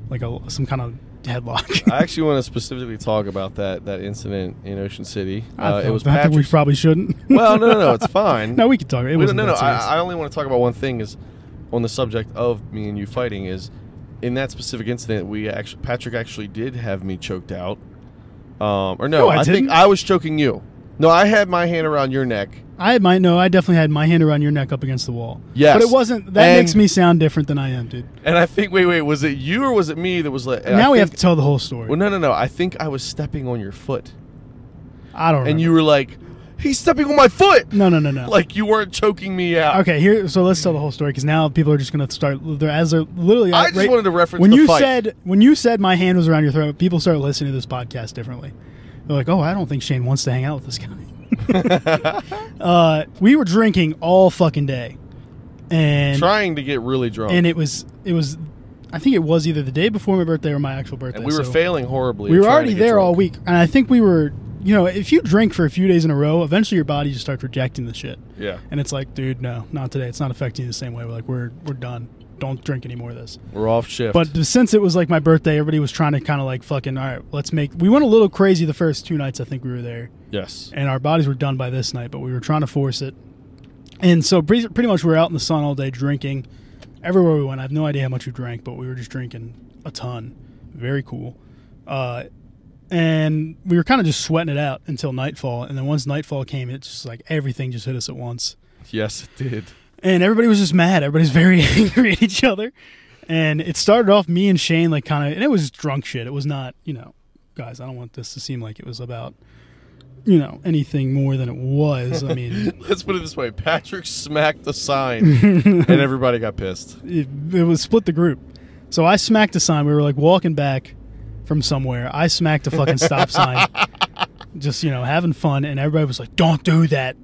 like a some kind of headlock.
I actually want to specifically talk about that that incident in Ocean City.
I
Uh, it
thought-
was
I think we
Patrick's.
probably shouldn't.
well, no, no, no. It's fine.
no, we could talk. It
We
was
don't- no, no. I, I only want to talk about one thing. Is on the subject of me and you fighting. Is in that specific incident, we actually Patrick actually did have me choked out. Um, or no,
No, I
think
didn't.
I was choking you. No, I had my hand around your neck.
I had my no. I definitely had my hand around your neck up against the wall.
Yes.
but it wasn't. That
And-
makes me sound different than I am, dude.
And I think, wait, wait, was it you or was it me that was like? and I
now we have to
think-
tell the whole story.
Well, no, no, no. I think I was stepping on your foot,
I don't.
and
remember.
you were like, "He's stepping on my foot!"
No, no, no, no.
Like you weren't choking me out.
okay, here. So let's tell the whole story because now people are just gonna start. They're as they're literally. uh,
I just
right-
wanted to reference
when
the
you
fight.
said when you said my hand was around your throat. People started listening to this podcast differently. They're like, oh, I don't think Shane wants to hang out with this guy. uh, we were drinking all fucking day, and
trying to get really drunk,
and it was it was, I think it was either the day before my birthday or my actual birthday.
And we were
so-
failing horribly.
we
at
were
trying to
already
get
there
drunk.
all week, and I think we were. You know, if you drink for a few days in a row, eventually your body just starts rejecting the shit.
Yeah,
And it's like, dude, no, not today. It's not affecting you the same way. We're like, we're we're done. Don't drink any more of this.
we're off shift.
But since it was like my birthday, everybody was trying to kind of like fucking, all right, let's make. We went a little crazy the first two nights I think we were there,
yes,
and our bodies were done by this night, but we were trying to force it. And so pretty, pretty much we were out in the sun all day drinking. Everywhere we went, I have no idea how much we drank, but we were just drinking a ton. Very cool. Uh, and we were kind of just sweating it out until nightfall. And then once nightfall came, it's just like everything just hit us at once
yes, it did.
and everybody was just mad. Everybody's very angry at each other. And it started off me and Shane like kind of, and it was drunk shit. It was not, you know, guys. I don't want this to seem like it was about, you know, anything more than it was. I mean,
Let's put it this way: Patrick smacked the sign, and everybody got pissed.
it, it was split the group. So I smacked a sign. We were like walking back from somewhere. I smacked a fucking stop sign, just you know having fun, and everybody was like, "Don't do that."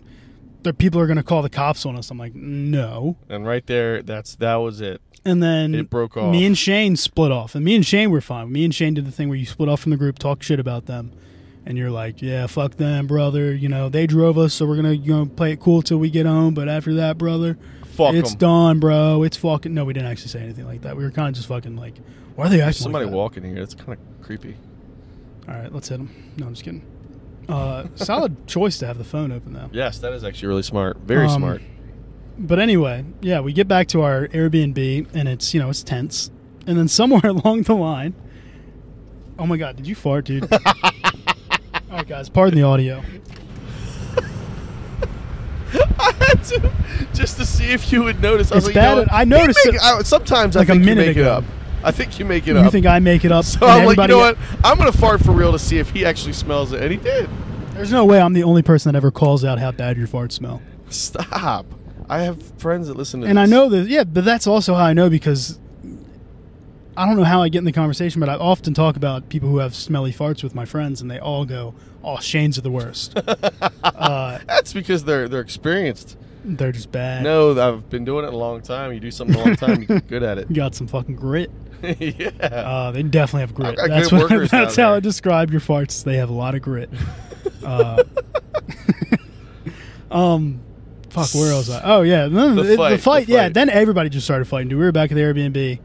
The people are gonna call the cops on us. I'm like, no.
And right there, that's that was it.
And then
It broke off.
Me and Shane split off, and me and Shane were fine. Me and Shane did the thing where you split off from the group, talk shit about them, and you're like, "Yeah, fuck them, brother. You know they drove us, so we're gonna you know play it cool till we get home. But after that, brother,
Fuck
it's
'em.
done, bro. It's fucking." No, we didn't actually say anything like that. We were kind of just fucking like, "Why are they
There's
acting?"
somebody
like that?
walking here. It's kind of creepy.
All right, let's hit them. No, I'm just kidding. Uh, solid choice to have the phone open though.
Yes, that is actually really smart. Very
Um,
smart.
But anyway, yeah, we get back to our Airbnb and it's, you know, it's tense. And then somewhere along the line, oh my God, did you fart, dude? All right, guys, pardon the audio.
I had to just to see if you would notice. I was
It's
like, you know
bad
what?
at- I
You
noticed
make-
it
I- sometimes
like
I
a
think you
minute
make it
ago.
up. I think you make it
You
up.
think I make it up?
so
and
I'm like, you know what?
everybody-
I'm gonna fart for real to see if he actually smells it, and he did.
There's no way I'm the only person that ever calls out how bad your farts smell.
Stop. I have friends that listen to
And I
this.
know that, yeah, but that's also how I know because I don't know how I get in the conversation, but I often talk about people who have smelly farts with my friends, and they all go, "Oh, Shane's are the worst. uh,
That's because they're they're experienced.
They're just bad.
No, I've been doing it a long time. You do something a long time, you get good at
You got some fucking grit.
it. yeah.
Uh, they definitely have
I've
grit.
got
That's
good
what.
workers
That's
down
how
there.
I describe your farts. They have a lot of grit. Uh, um, fuck. Where else? I? Oh yeah, no, the,
The
the
fight,
fight.
the
Yeah.
fight.
Then everybody just started fighting. Dude, we were back at the Airbnb.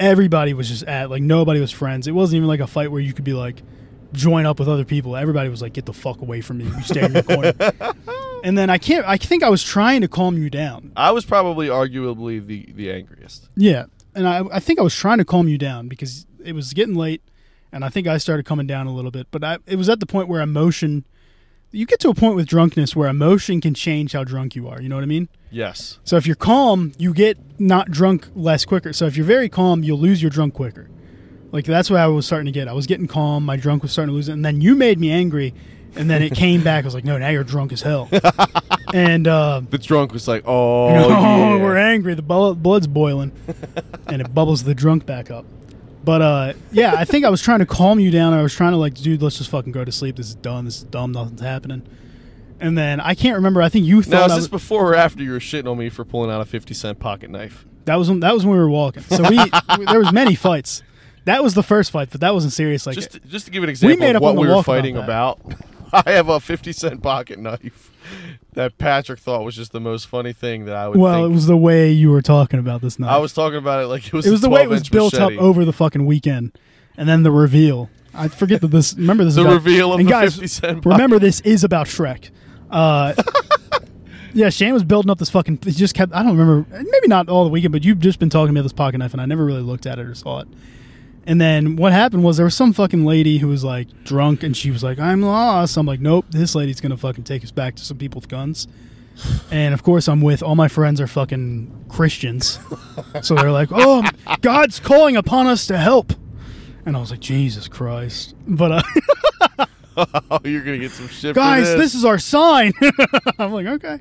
Everybody was just at like nobody was friends. It wasn't even like a fight where you could be like join up with other people. Everybody was like, get the fuck away from me. You stay in your corner. And then I can't. I think I was trying to calm you down.
I was probably arguably the the angriest.
Yeah, and I, I think I was trying to calm you down because it was getting late, and I think I started coming down a little bit. But I, it was at the point where emotion, you get to a point with drunkenness where emotion can change how drunk you are. You know what I mean?
Yes.
So if you're calm, you get not drunk less quicker. So if you're very calm, you'll lose your drunk quicker. Like that's what I was starting to get. I was getting calm, my drunk was starting to lose it, and then you made me angry, and then it came back. I was like, no, now you're drunk as hell, and. Uh,
The drunk was like, "Oh,
Oh,
yeah.
we're angry. The bu- blood's boiling, and it bubbles the drunk back up. But uh, yeah, I think I was trying to calm you down. I was trying to like, dude, let's just fucking go to sleep. This is done. This is dumb. Nothing's happening. And then I can't remember. I think you
Now
thought
is
I
this
was,
before or after you were shitting on me for pulling out a fifty cent pocket knife?
that was when, that was when we were walking. So we, we- there was many fights. That was the first fight, but that wasn't serious. Like
Just to, just to give an example
made
of
up
what
on the
we were
walkabout
fighting
that.
about, I have a fifty cent pocket knife that Patrick thought was just the most funny thing that I would.
well,
think.
it was the way you were talking about this night.
I was talking about it like it was.
it was
a
the way it was
12-inch
built up
machete.
over the fucking weekend, and then the reveal. I forget that this. Remember this.
The
is about-
reveal of
and
the
guys,
50 cent box.
Remember this is about Shrek. Uh, yeah, Shane was building up this fucking. He just kept. I don't remember. Maybe not all the weekend, but you've just been talking about this pocket knife, and I never really looked at it or saw it. And then what happened was there was some fucking lady who was like drunk, and she was like, "I'm lost." I'm like, "Nope, this lady's gonna fucking take us back to some people with guns." And of course, I'm with all my friends are fucking Christians, so they're like, "Oh, God's calling upon us to help." And I was like, "Jesus Christ!" But uh,
Oh, you're gonna get some shit, for
guys, this is our sign. I'm like, okay,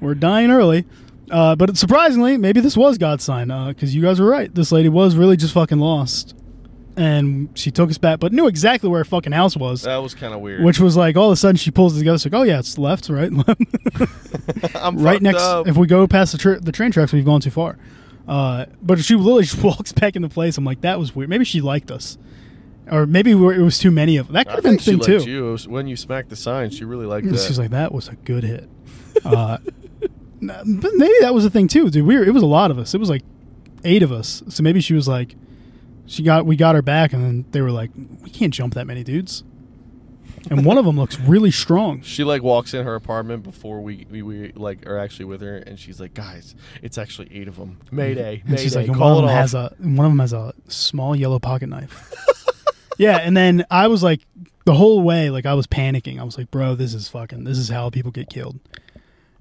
we're dying early. Uh, but surprisingly, maybe this was God's sign because you guys were right. This lady was really just fucking lost, and she took us back, but knew exactly where her fucking house was,
that was kind of weird.
which was like all of a sudden she pulls it together. She's like, oh yeah, it's left, right, left,
I'm
right
fucked
next.
up.
If we go past the, tr the train tracks, we've gone too far. Uh, but she literally just walks back into place. I'm like, that was weird. Maybe she liked us, or maybe we were, it was too many of. That could
I
have been a
think she
thing too.
liked you. It was- When you smacked the sign, she really liked
She's
that.
like, that was a good hit. Uh, n- but maybe that was the thing too, dude. We were, it was a lot of us. It was like eight of us. So maybe she was like, she got we got her back, and then they were like, we can't jump that many dudes. And one of them looks really strong.
she like walks in her apartment before we, we we like are actually with her, and she's like, "Guys, it's actually eight of them. Mayday,
And
mayday!
she's like, and one
Call
of
it
them
off."
has a and one of them has a small yellow pocket knife. yeah, and then I was like, the whole way, like I was panicking. I was like, bro, this is fucking, this is how people get killed.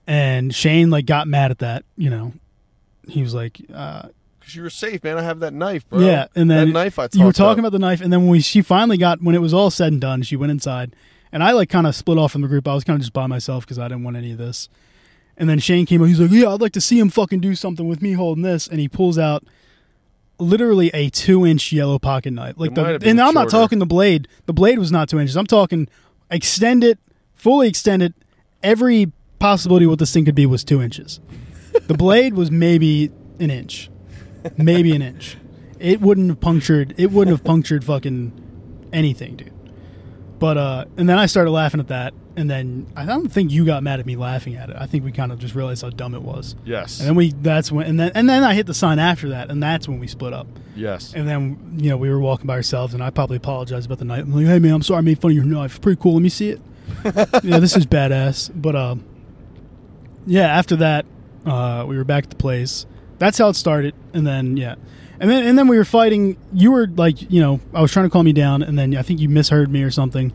And Shane like got mad at that, you know. He was like, uh,
Cause you were safe, man. I have that knife, bro.
Yeah, and then
that knife I
you were
talked
talking
up.
about the knife, and then when we, she finally got when it was all said and done, she went inside, and I like kind of split off from the group. I was kind of just by myself because I didn't want any of this. And then Shane came up. He's like, "Yeah, I'd like to see him fucking do something with me holding this," and he pulls out literally a two-inch yellow pocket knife. Like
It
the,
might have
and
been
I'm not
shorter.
talking the blade. The blade was not two inches. I'm talking extend it, fully extend it. Every possibility what this thing could be was two inches. The blade was maybe an inch, maybe an inch. It wouldn't have punctured. It wouldn't have punctured fucking anything, dude. But uh, and then I started laughing at that, and then I don't think you got mad at me laughing at it. I think we kind of just realized how dumb it was.
Yes,
And then we that's when and then and then I hit the sign after that, and that's when we split up.
yes.
And then you know we were walking by ourselves, and I probably apologized about the knife. I'm like, hey man, I'm sorry I made fun of your knife. Pretty cool. Let me see it. yeah, this is badass. But um, yeah, after that, uh, we were back at the place. That's how it started. And then yeah, and then and then we were fighting. You were like, you know, I was trying to calm you down, and then I think you misheard me or something,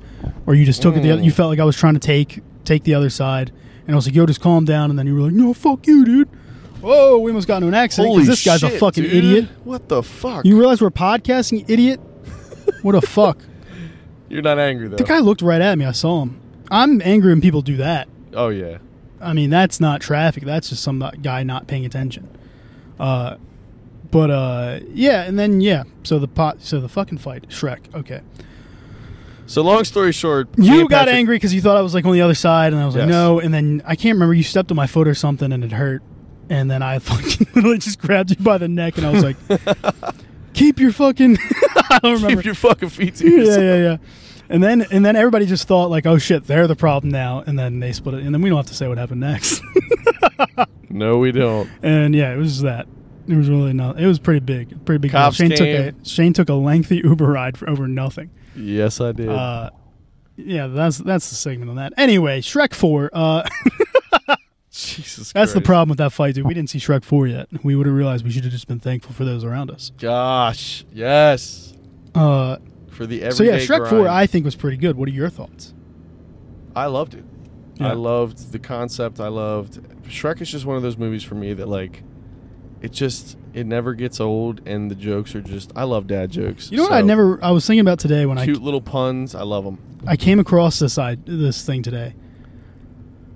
or you just took it. The
Mm.
other, you felt like I was trying to take take the other side, and I was like, yo, just calm down. And then you were like, no, fuck you, dude. Whoa, we almost got into an accident. 'cause
Holy
this guy's a
shit,
fucking
dude.
idiot.
What the fuck?
You
You
realize we're podcasting, you idiot? What a fuck.
are not angry though.
The guy looked right at me. I saw him. I'm angry when people do that.
oh yeah.
I mean, that's not traffic. That's just some guy not paying attention. Uh, But uh, yeah, and then yeah, so the pot, so the fucking fight, Shrek. Okay,
So long story short, me
you
and
got
Patrick-
angry because you thought I was like on the other side, and I was like
Yes.
no. And then I can't remember you stepped on my foot or something, and it hurt. And then I fucking literally just grabbed you by the neck, and I was like, "Keep your fucking." I don't remember.
Keep your fucking feet to
yeah,
yourself.
yeah, yeah. And then and then everybody just thought like, oh shit, they're the problem now. And then they split it, and then we don't have to say what happened next.
No, we don't.
and yeah, it was just that. It was really not. It was pretty big, pretty big. deal.
Cops
Shane
came.
took a Shane took a lengthy Uber ride for over nothing.
Yes, I did.
Uh, yeah, that's that's the segment on that. Anyway, Shrek Four. Uh,
Jesus,
that's the
Christ.
problem with that fight, dude. We didn't see Shrek Four yet. We would have realized we should have just been thankful for those around us.
Gosh, yes,
Uh,
for the
so yeah,
everyday.
Shrek
grind.
Four, I think was pretty good. What are your thoughts?
I loved it.
Yeah.
I loved the concept. I loved Shrek is just one of those movies for me that like it just it never gets old and the jokes are just I love dad jokes.
You know what? I
So,
never. I was thinking about today when I
cute little puns. I love them.
I came across this I, this thing today.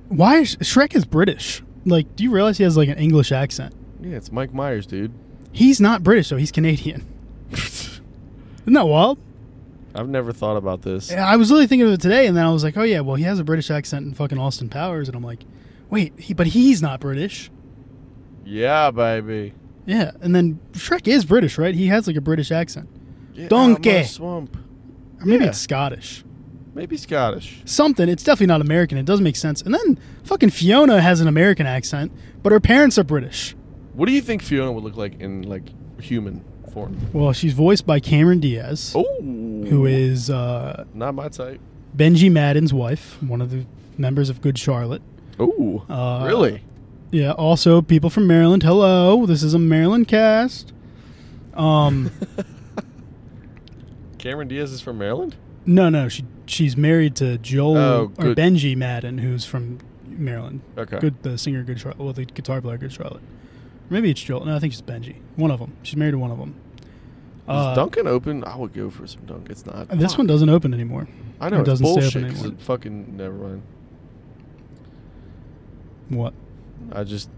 Why is Shrek is British? Like, do you realize he has like an English accent?
Yeah, it's Mike Myers, dude.
He's not British, so he's Canadian. Isn't that wild?
I've never thought about this.
Yeah, I was really thinking of it today, and then I was like, oh yeah, well he has a British accent in fucking Austin Powers, and I'm like, wait, he, but he's not British.
Yeah, baby.
Yeah, and then Shrek is British, right? He has like a British accent,
Get
Donkey.
out my Swamp.
or maybe
Yeah.
it's Scottish.
Maybe Scottish.
Something. It's definitely not American. It doesn't make sense. And then fucking Fiona has an American accent, but her parents are British.
What do you think Fiona would look like in like human form?
Well, she's voiced by Cameron Diaz,
Oh,
who is uh,
not my type?
Benji Madden's wife, one of the members of Good Charlotte.
Oh,
Uh,
really?
Yeah, also people from Maryland. Hello, this is a Maryland cast. Um,
Cameron Diaz is from Maryland.
no, no, she she's married to Joel
Oh,
or
good.
Benji Madden, who's from Maryland.
Okay.
Good, the singer, Good Charlotte, well, the guitar player, Good Charlotte. Or maybe it's Joel. No, I think she's Benji. One of them. She's married to one of them. Uh,
is Duncan open? I would go for some Dunk. It's not.
this
Fuck.
one doesn't open anymore.
I know
it
it's
doesn't stay open
bullshit. 'cause
anymore.
it fucking never mind.
What?
I just,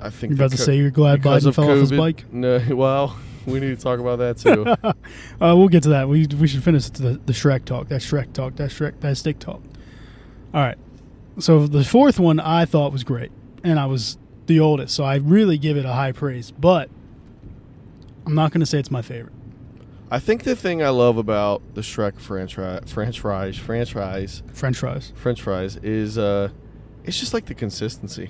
I think
You're about to
because-
say you're glad
because
Biden
of
fell off his
COVID
bike?
No, well, we need to talk about that too.
uh, we'll get to that. We, we should finish the, the Shrek talk. That Shrek talk. That Shrek. That stick talk. All right. So the fourth one I thought was great, and I was the oldest, so I really give it a high praise. But I'm not going to say it's my favorite.
I think the thing I love about the Shrek franchise, franchise, franchise,
French fries.
French fries is, uh, it's just like the consistency.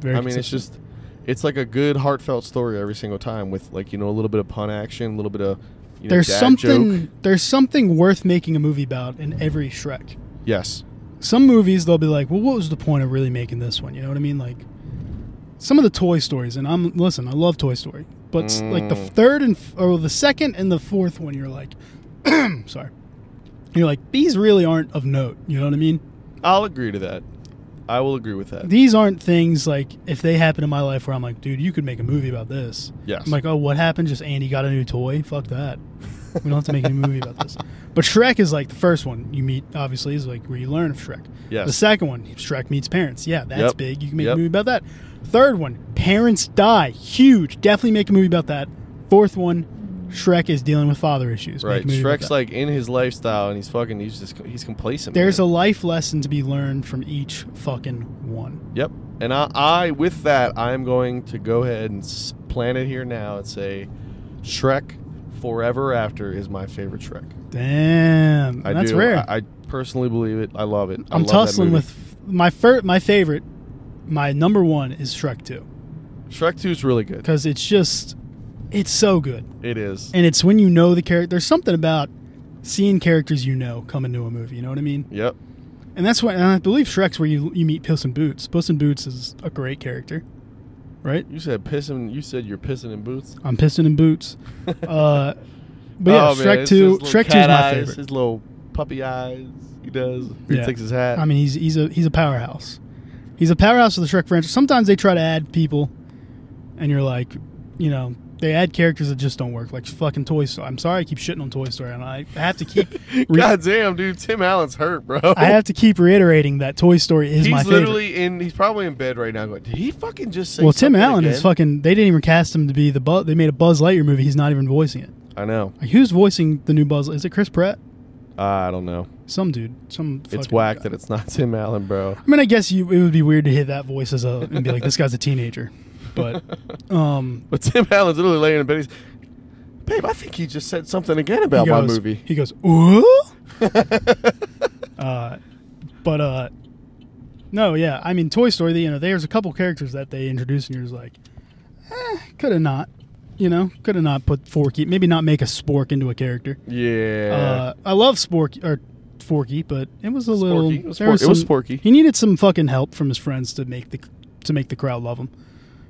Very.
I mean, it's
consistent.
just, it's like a good heartfelt story every single time with like you know a little bit of pun action, a little bit of, you know,
there's
dad
something
joke.
there's something worth making a movie about in every Shrek.
Yes,
Some movies they'll be like, well, what was the point of really making this one? You know what I mean? Like some of the Toy Stories, and I'm listen, I love Toy Story, but s like the
Mm.
third and f- or the second and the fourth one, you're like, sorry, you're like these really aren't of note. You know what I mean?
I'll agree to that. I will agree with that.
These aren't things like if they happen in my life where I'm like, dude, you could make a movie about this.
Yes.
I'm like, oh, what happened? Just Andy got a new toy. Fuck that. We don't have to make any movie about this. But Shrek is like the first one you meet. Obviously, is like where you learn of Shrek.
Yes.
The second one, Shrek meets parents. Yeah, that's
Yep.
big. You can make
Yep.
a movie about that. Third one, parents die. Huge. Definitely make a movie about that. Fourth one, Shrek is dealing with father issues. Make a
Right,
movie about
Shrek's
that.
like in his lifestyle, and he's fucking. He's just he's complacent.
There's a
man.
life lesson to be learned from each fucking one.
yep. And I, I with that, I am going to go ahead and s- plan it here now and say, Shrek Forever After is my favorite Shrek.
Damn,
I
that's
do.
rare.
I, I personally believe it. I love it. I
I'm
love that
tussling
movie.
with my fir- my favorite, my number one is Shrek Two
Shrek Two is really good.
because it's just it's so good,
It is.
and it's when you know the character. There's something about seeing characters you know come into a movie. You know what I mean?
Yep.
And that's why and I believe Shrek's where you you meet Puss in Boots. Puss in Boots is a great character, right?
You said pissing. You said you're pissing in boots.
I'm pissing in boots. Uh, but yeah,
Oh, man,
Shrek
it's
Two.
his little
Shrek Two is
cat
my
eyes,
favorite.
His little puppy eyes. He does. He
Yeah.
takes his hat.
I mean, he's he's a he's a powerhouse. He's a powerhouse of the Shrek franchise. Sometimes they try to add people, and you're like, you know, They add characters that just don't work, like fucking Toy Story. I'm sorry, I keep shitting on Toy Story, and I have to keep. re-
God damn, dude, Tim Allen's hurt, bro.
I have to keep reiterating that Toy Story is
he's
my favorite.
literally in. He's probably in bed right now. Going, did he fucking just say?
Well, Tim
something
Allen is
again?"
fucking. They didn't even cast him to be the. Bu- they made a Buzz Lightyear movie. He's not even voicing it.
I know.
Like, who's voicing the new Buzz? Is it Chris Pratt?
I don't know.
Some dude. Some.
It's
fucking
whack
guy.
that it's not Tim Allen, bro.
I mean, I guess you. It would be weird to hear that voice as a and be like, this guy's a teenager, but um.
But Tim Allen's literally laying in bed. He's, babe, I think he just said something again about
he
my
goes,
movie.
He goes, ooh. uh, but uh, no, yeah. I mean, Toy Story. You know, there's a couple characters that they introduced, and you're just like, eh, could have not. You know, could have not put Forky. Maybe not make a Spork into a character.
yeah.
Uh, I love Sporky or Forky, but it was a little.
Sporky. It was
there
Sporky. It was
some-
Sporky.
He needed some fucking help from his friends to make the to make the crowd love him.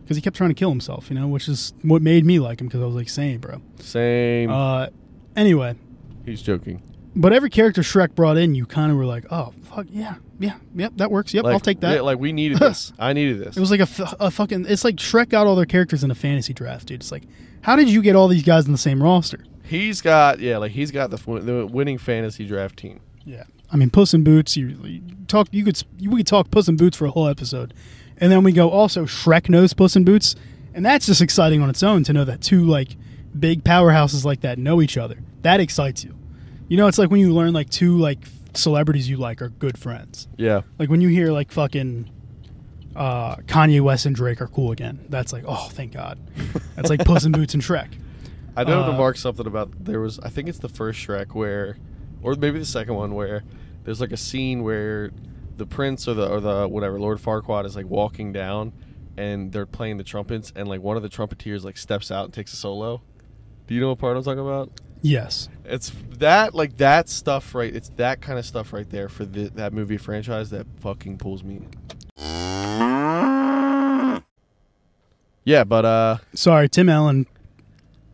Because he kept trying to kill himself, you know, which is what made me like him. Because I was like, "Same, bro."
Same.
Uh, anyway,
he's joking.
but every character Shrek brought in, you kind of were like, oh, fuck, yeah, yeah, yep, that works. Yep, I'll
Like,
take that.
yeah, like we needed this. I needed this.
it was like a, f- a fucking, it's like Shrek got all their characters in a fantasy draft, dude. It's like, how did you get all these guys in the same roster?
he's got yeah, like he's got the, fu- the winning fantasy draft team.
Yeah. I mean, Puss in Boots, you, you talk, you could, s- you, we could talk Puss in Boots for a whole episode. And then we go, also, Shrek knows Puss in Boots. And that's just exciting on its own to know that two, like, big powerhouses like that know each other. That excites you. You know, it's like when you learn, like, two, like, celebrities you like are good friends.
Yeah.
Like when you hear like fucking uh, Kanye West and Drake are cool again. That's like, oh, thank God. That's like Puss in Boots and Shrek.
I know to
Uh,
mark something about there was I think it's the first Shrek where, or maybe the second one where there's like a scene where the prince or the or the whatever Lord Farquaad is like walking down, and they're playing the trumpets and like one of the trumpeteers like steps out and takes a solo. Do you know what part I'm talking about?
Yes.
It's that like that stuff right. It's that kind of stuff right there for the, that movie franchise that fucking pulls me. in. Yeah, but uh,
Sorry, Tim Allen.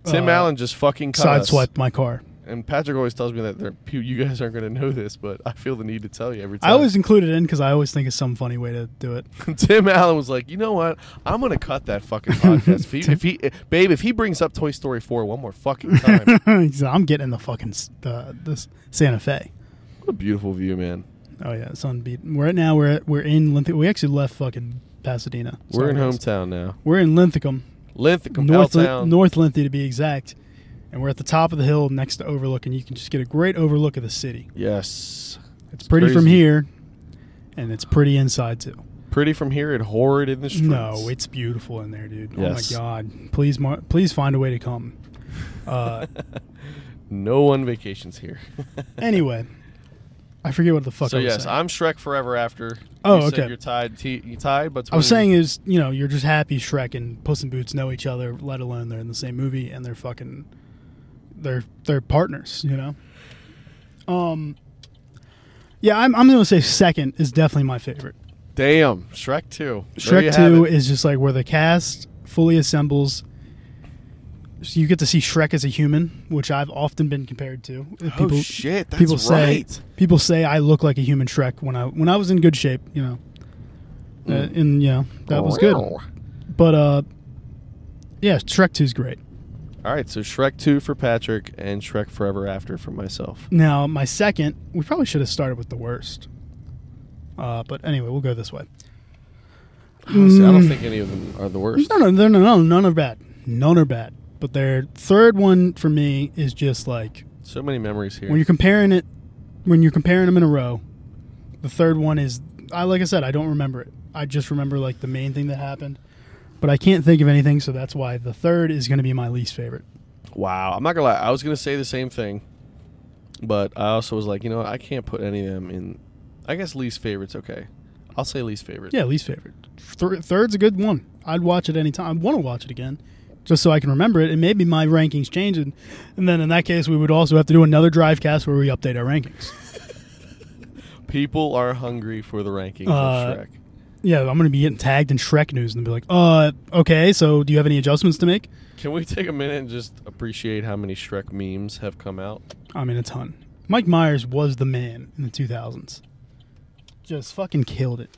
Tim
uh,
Allen just fucking cut us.
sideswiped my car.
and Patrick always tells me that they're, you you guys aren't going to know this, but I feel the need to tell you every time.
I always include it in because I always think it's some funny way to do it.
Tim Allen was like, you know what? I'm going to cut that fucking podcast. if, he, if he, eh, babe, if he brings up Toy Story four one more fucking time,
He said, I'm getting the fucking s- uh, this Santa Fe.
what a beautiful view, man.
Oh yeah, it's unbeaten. We're at now. We're at, we're in Linth. We actually left fucking Pasadena.
We're in
Sorry, guys.
hometown now,
We're in Linthicum.
Linthicum,
North,
Town.
North Linthy to be exact. And we're at the top of the hill next to Overlook, and you can just get a great overlook of the city.
yes,
It's pretty from
crazy.
here, and it's pretty inside too.
pretty from here and horrid in the streets.
No, it's beautiful in there, dude.
Yes.
Oh my god! Please, mar- please find a way to come. Uh,
no one vacations here.
anyway, I forget what the fuck.
so
I was
yes,
saying.
I'm Shrek forever after.
Oh,
You said
okay.
You're tied. T- you tied, but
I was saying is you know you're just happy Shrek and Puss in Boots know each other, let alone they're in the same movie and they're fucking they're they're partners, you know. Um, yeah, I'm I'm gonna say second is definitely my favorite.
damn Shrek two. There you
Shrek
have
Two
it.
is just like where the cast fully assembles. So you get to see Shrek as a human, which I've often been compared to.
Oh shit! That's
people say
right.
people say I look like a human Shrek when I when I was in good shape, you know.
Hmm.
Uh, and you know that was good.
All
But uh, yeah, Shrek Two's great.
right, so Shrek 2 for Patrick and Shrek Forever After for myself.
Now my second, we probably should have started with the worst. Uh, but anyway, we'll go this way.
Honestly, I don't
Mm.
think any of them are the worst.
No, no, no, no, no, none are bad. None are bad. But their third one for me is just like
So many memories here.
when you're comparing it, when you're comparing them in a row. The third one is, I like I said, I don't remember it. I just remember like the main thing that happened, but I can't think of anything. So that's why the third is going to be my least favorite.
wow, I'm not gonna lie. I was gonna say the same thing, but I also was like, you know, what, I can't put any of them in. I guess least favorites. Okay, I'll say least favorite.
Yeah, least favorite. Thir- third's a good one. I'd watch it anytime. I want to watch it again, just so I can remember it, and maybe my rankings change. And, and then in that case, we would also have to do another drive cast where we update our rankings.
People are hungry for the rankings
Uh,
of Shrek.
yeah, I'm going to be getting tagged in Shrek news and be like, uh, okay, so do you have any adjustments to make?
Can we take a minute and just appreciate how many Shrek memes have come out?
I mean, a ton. Mike Myers was the man in the 2000s. Just fucking killed it.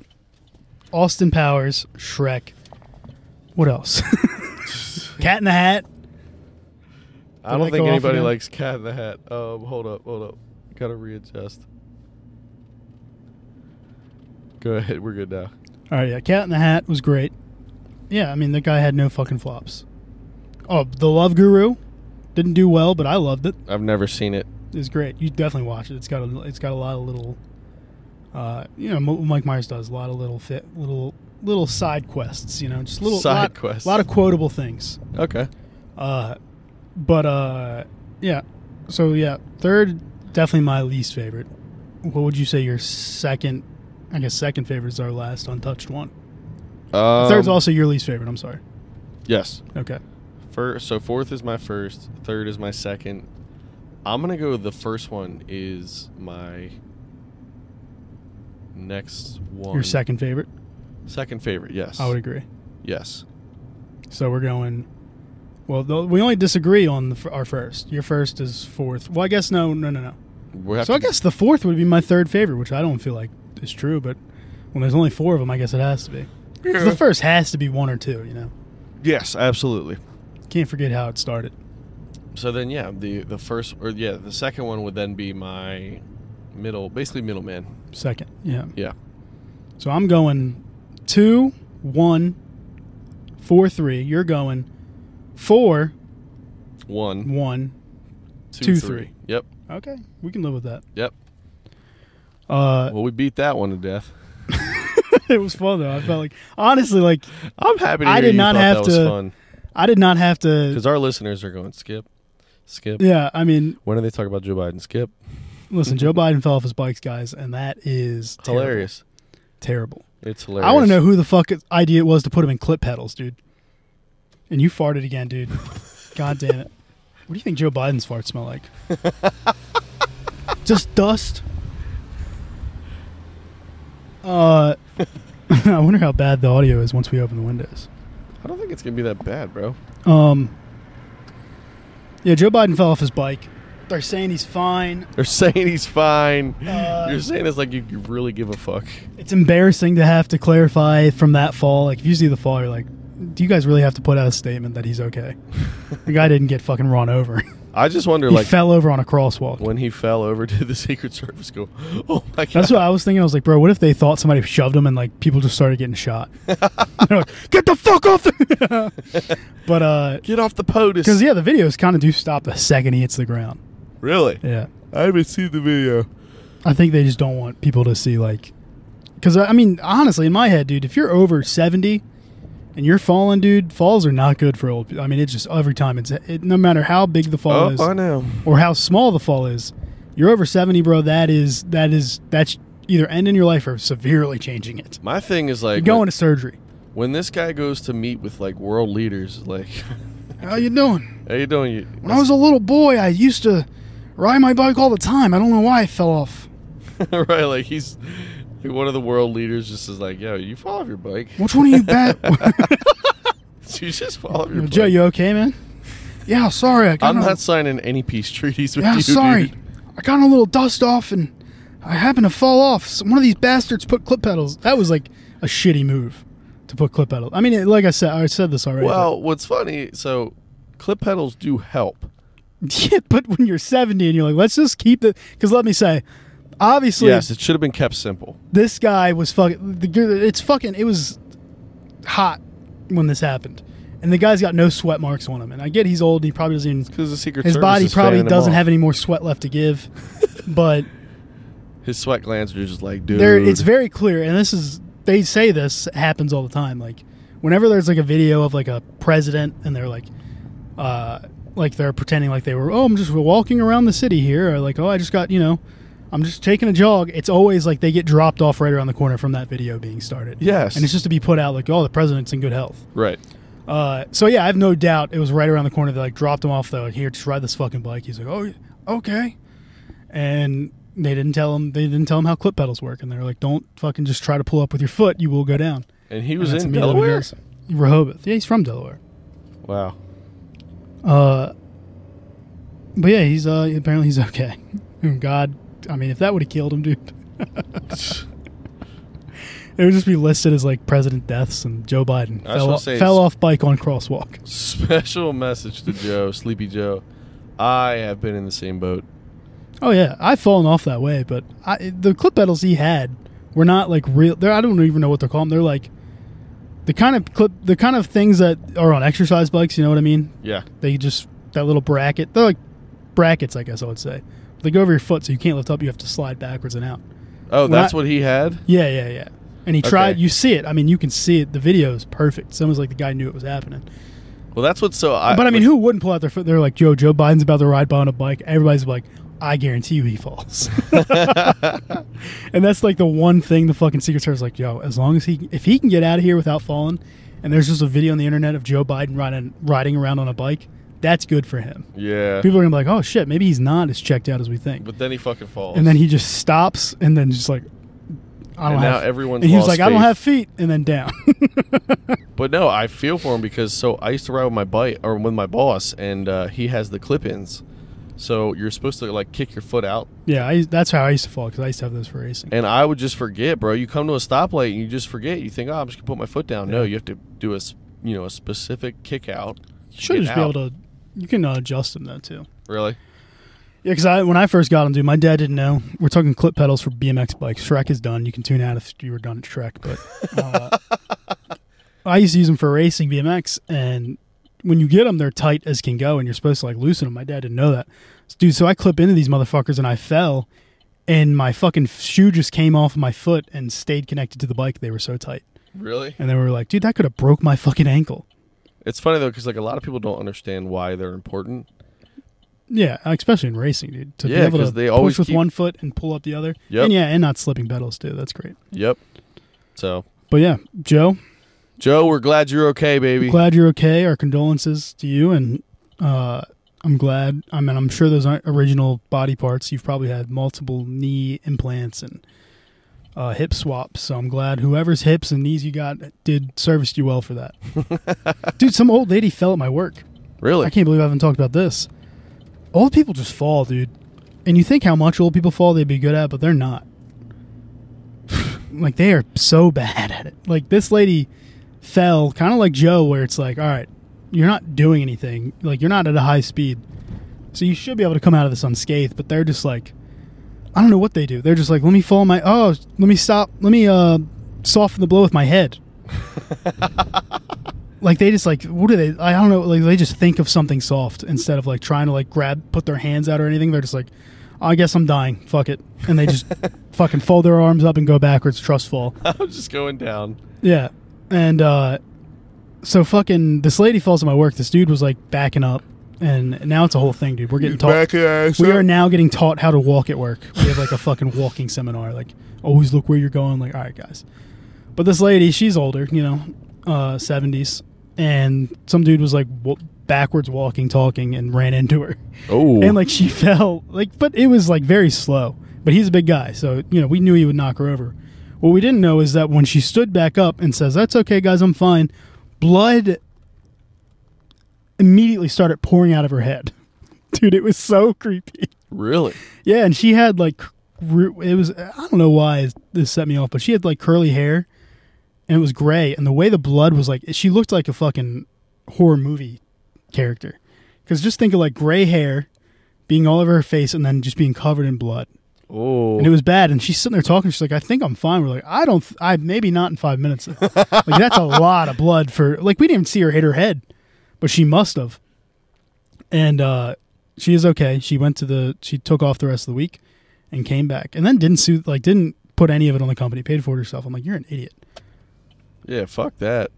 Austin Powers, Shrek. What else? Cat in the Hat.
I don't
that
think
go off
anybody
again?
likes Cat in the Hat. Um, hold up, hold up. Gotta readjust. Go ahead, we're good now.
All right, yeah, Cat in the Hat was great. Yeah, I mean the guy had no fucking flops. Oh, The Love Guru didn't do well, but I loved it.
I've never seen it.
It was great. You definitely watch it. It's got a, it's got a lot of little, uh, you know, M- Mike Myers does a lot of little fit, little little side quests. You know, just little
Side
lot,
quests.
lot of quotable things.
Okay.
Uh, but uh, yeah. So yeah, third definitely my least favorite. What would you say your second? I guess second favorite is our last untouched one.
Um,
Third's also your least favorite. I'm sorry.
Yes.
Okay.
First, so fourth is my first. Third is my second. I'm gonna go. The first one is my next one.
Your second favorite.
Second favorite. Yes.
I would agree.
Yes.
So we're going. Well, though, we only disagree on the, f- our first. Your first is fourth. Well, I guess no, no, no, no.
We have
So I
to-
guess the fourth would be my third favorite, which I don't feel like is true. But when there's only four of them, I guess it has to be. 'Cause The first has to be one or two. You know,
Yes, absolutely.
can't forget how it started.
So then, yeah, the the first or yeah, the second one would then be my middle, basically middleman.
Second, yeah.
Yeah.
So I'm going two, one, four, three. You're going four,
One,
one.
two,
Two,
three.
three.
Yep.
Okay, we can live with that.
Yep.
Uh,
Well, we beat that one to death.
it was fun though. I felt like honestly, like
I'm happy. To
I
hear
did
you
not
thought
have
that was
to-
fun
I did not have to.
because our listeners are going skip, skip.
Yeah, I mean,
When are they talking about Joe Biden? Skip.
listen, Joe Biden fell off his bikes, guys, and that is terrible,
Hilarious.
Terrible.
It's hilarious.
I want to know who the fuck it- idea it was to put him in clip pedals, dude. And you farted again, dude. God damn it. What do you think Joe Biden's farts smell like? Just dust. Uh, I wonder how bad the audio is once we open the windows.
I don't think it's gonna be that bad, bro.
Um, yeah, Joe Biden fell off his bike. They're saying he's fine.
They're saying he's fine.
Uh,
You're saying it's like you, you really give a fuck.
It's embarrassing to have to clarify from that fall. Like, if you see the fall, you're like, do you guys really have to put out a statement that he's okay? the guy didn't get fucking run over.
I just wonder,
he
like,
fell over on a crosswalk.
when he fell over to the Secret Service, go, oh my god.
That's what I was thinking. I was like, bro, what if they thought somebody shoved him and like people just started getting shot? They're like, get the fuck off! the-" but uh,
Get off the POTUS.
because yeah, the videos kind of do stop the second he hits the ground.
Really?
Yeah.
I haven't seen the video.
I think they just don't want people to see like, because I mean, honestly, in my head, dude, if you're over seventy and you're falling, dude, falls are not good for old. people. I mean, it's just every time it's it, no matter how big the fall
Oh,
is
I know.
or how small the fall is, you're over seventy, bro. That is that is that's either ending your life or severely changing it.
My thing is like
You're going to surgery.
when this guy goes to meet with like world leaders, like,
How you doing?
how you doing? You,
When I was a little boy, I used to ride my bike all the time. I don't know why I fell off.
right, like he's like, one of the world leaders. Just is like, yo, you fall off your bike.
Which one of you bad?
you just fall off your
Yo,
bike.
Joe, you okay, man? Yeah, sorry. I got
I'm
in a-
not signing any peace treaties with
Yeah,
you.
sorry.
Dude.
I got in a little dust off and I happened to fall off. So one of these bastards put clip pedals. That was like a shitty move to put clip pedals. I mean, it- like I said, I said this already.
Well, what's funny? So, clip pedals do help.
but, yeah, but when you're 70 and you're like, let's just keep the. Because let me say, obviously,
Yes, it should have been kept simple.
this guy was fucking. The, g- it's fucking. It was hot when this happened. And the guy's got no sweat marks on him. And I get he's old. And he probably doesn't even.
Because the Secret
His
Service
body
is
probably
fanning him
doesn't
off.
have any more sweat left to give. but.
His sweat glands are just like, dude.
there it's very clear and this is they say this happens all the time like whenever there's like a video of like a president and they're like uh like they're pretending like they were oh i'm just walking around the city here or like oh i just got you know i'm just taking a jog it's always like they get dropped off right around the corner from that video being started
Yes.
and it's just to be put out like oh the president's in good health
right.
uh, so yeah, I have no doubt it was right around the corner. They like dropped him off. They're like, "Here, just ride this fucking bike." He's like, "Oh, yeah, okay." And they didn't tell him. They didn't tell him how clip pedals work. And they're like, "Don't fucking just try to pull up with your foot. You will go down."
And he
And
was
that's
in
immediately what he
Delaware.
does. Rehoboth. Yeah, he's from Delaware.
Wow.
Uh, but yeah, he's uh apparently he's okay. God, I mean, if that would have killed him, dude, it would just be listed as like president deaths and Joe Biden
I was
fell,
gonna
off,
say
fell
it's-
off bike on crosswalk.
Special message to Joe, Sleepy Joe. I have been in the same boat.
Oh yeah, I've fallen off that way, but I, the clip pedals he had were not like real. They're, I don't even know what they're called. They're like the kind of clip, the kind of things that are on exercise bikes. You know what I mean?
Yeah.
They just that little bracket. They're like brackets, I guess I would say. They go over your foot, so you can't lift up. You have to slide backwards and out.
Oh,
When
that's
I-
what he had.
Yeah, yeah, yeah. And he
Okay.
tried. You see it. I mean, you can see it. The video is perfect. Someone's like the guy knew it was happening.
Well, that's what's so.
but I mean, who wouldn't pull out their foot? They're like, "Joe, Joe Biden's about to ride by on a bike." Everybody's like, "I guarantee you, he falls."
who?
And that's like the one thing the fucking Secret Service is like, yo, as long as he if he can get out of here without falling, and there's just a video on the internet of Joe Biden riding riding around on a bike, that's good for him.
yeah.
People are gonna be like, oh shit, maybe he's not as checked out as we think.
But then he fucking falls.
and then he just stops and then just like, I don't
And now
have.
everyone's
and he was like,
lost
I don't
faith.
have feet, and then down.
But no, I feel for him because so I used to ride with my bike or with my boss, and uh, he has the clip-ins. So you're supposed to like kick your foot out,
yeah, I, that's how I used to fall because I used to have those for racing.
and I would just forget, bro. You come to a stoplight and you just forget. You think, oh, I'm just gonna put my foot down. No,
Yeah.
you have to do a s- you know a specific kick out.
You should
get
just be
out.
able to. You can uh, adjust them though too.
Really?
Yeah, because I, when I first got them, dude, my dad didn't know. We're talking clip pedals for BMX bikes. Shrek is done. You can tune out if you were done at Shrek. But uh, I used to use them for racing BMX, and when you get them, they're tight as can go, and you're supposed to like loosen them. My dad didn't know that, dude. So I clip into these motherfuckers, and I fell, and my fucking shoe just came off my foot and stayed connected to the bike. They were so tight,
Really?
and they were like, dude, that could have broke my fucking ankle.
It's funny though because like a lot of people don't understand why they're important.
Yeah, especially in racing, dude. To be
Yeah,
able to
'cause they
push
always
with
keep-
one foot and pull up the other.
Yep.
And yeah, and not slipping pedals too. That's great.
Yep. So
But yeah, Joe,
Joe, we're glad you're okay, baby.
glad you're okay. Our condolences to you, and uh, I'm glad. I mean, I'm sure those aren't original body parts. You've probably had multiple knee implants and uh, hip swaps. So I'm glad whoever's hips and knees you got did serviced you well for that. dude, some old lady fell at my work.
really?
I can't believe I haven't talked about this. Old people just fall, dude. And you think how much old people fall they'd be good at, but they're not. like they are so bad at it. Like this lady fell kind of like Joe where it's like, "All right, you're not doing anything. Like you're not at a high speed. So you should be able to come out of this unscathed, but they're just like I don't know what they do. They're just like, "Let me fall my oh, let me stop. Let me uh soften the blow with my head." like they just like what do they i don't know like they just think of something soft instead of like trying to like grab put their hands out or anything they're just like i guess i'm dying fuck it and they just fucking fold their arms up and go backwards trust fall
I'm just going down.
yeah and uh so fucking this lady falls at my work this dude was like backing up and now it's a whole thing dude we're getting taught we are now getting taught how to walk at work. We have like a fucking walking seminar. Like, always look where you're going. Like, all right, guys. But this lady, she's older, you know, uh, 70s. And some dude was like w- backwards walking, talking, and ran into her.
Oh.
And like, she fell. Like, but it was like very slow. But he's a big guy. So, you know, we knew he would knock her over. What we didn't know is that when she stood back up and says, That's okay, guys, I'm fine, blood immediately started pouring out of her head. Dude, it was so creepy.
really?
Yeah, and she had like ru- it was I don't know why this set me off, but she had like curly hair, and it was gray, and the way the blood was like she looked like a fucking horror movie character. Because just think of like gray hair being all over her face, and then just being covered in blood,
Oh.
and it was bad. And she's sitting there talking. She's like, "I think I'm fine." We're like, "I don't. Th- I maybe not in five minutes. like that's a lot of blood for like we didn't even see her hit her head, but she must have." and uh, she is okay. She went to the she took off the rest of the week and came back, and then didn't sue like didn't put any of it on the company, paid for it herself. I'm like, you're an idiot.
yeah. Fuck that.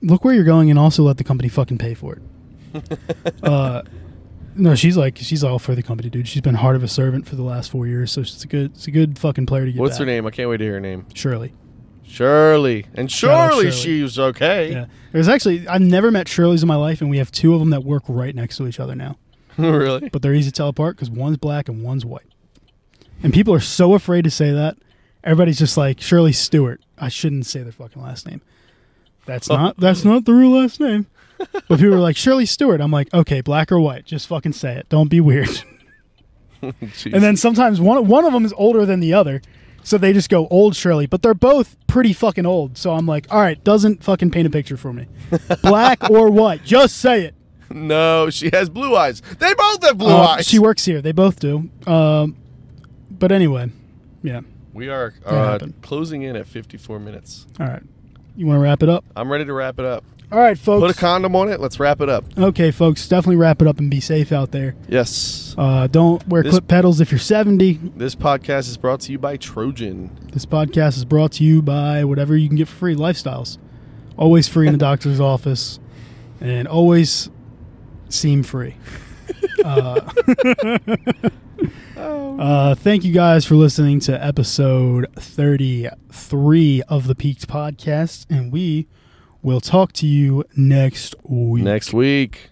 Look where you're going, and also let the company fucking pay for it. uh, no, she's like she's all for the company, dude. She's been heart of a servant for the last four years, so she's a good it's a good fucking player to get.
What's
back.
her name? I can't wait to hear her name.
Shirley.
Shirley. And
Shout out
surely
Shirley.
she was okay.
Yeah, there's actually I've never met Shirleys in my life, and we have two of them that work right next to each other now.
really?
but they're easy to tell apart because one's black and one's white. And people are so afraid to say that. Everybody's just like Shirley Stewart. I shouldn't say their fucking last name. That's not that's not the real last name. But people are like Shirley Stewart. I'm like, okay, black or white, just fucking say it. Don't be weird.
Jeez.
And then sometimes one one of them is older than the other, so they just go old Shirley. But they're both pretty fucking old. So I'm like, all right, doesn't fucking paint a picture for me, black or white. Just say it.
No, she has blue eyes. They both have blue
Uh,
eyes.
She works here. They both do. Um, but anyway, yeah.
we are uh,
happened.
closing in at 54 minutes.
All right. You want to wrap it up?
I'm ready to wrap it up.
All right,
Put a
folks.
condom on it. Let's wrap it up.
okay, folks. Definitely wrap it up and be safe out there.
Yes.
Uh, don't wear
This-
clip pedals if you're 70.
This podcast is brought to you by Trojan.
This podcast is brought to you by whatever you can get for free lifestyles. Always free in the doctor's office and always seem free. uh, uh, thank you guys for listening to episode 33 of the Peaked Podcast, and we will talk to you next week.
Next week.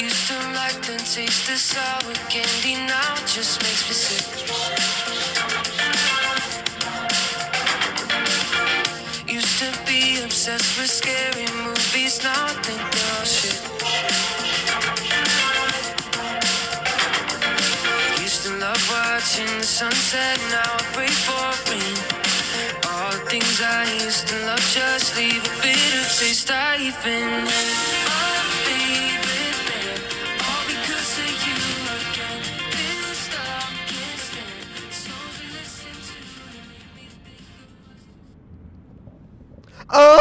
Used to like the taste of sour candy, now it just makes me sick. Used to be obsessed with scary movies, now I think they're all shit. Used to love watching the sunset, now I pray for rain. All the things I used to love just leave a bitter taste I even
Oh!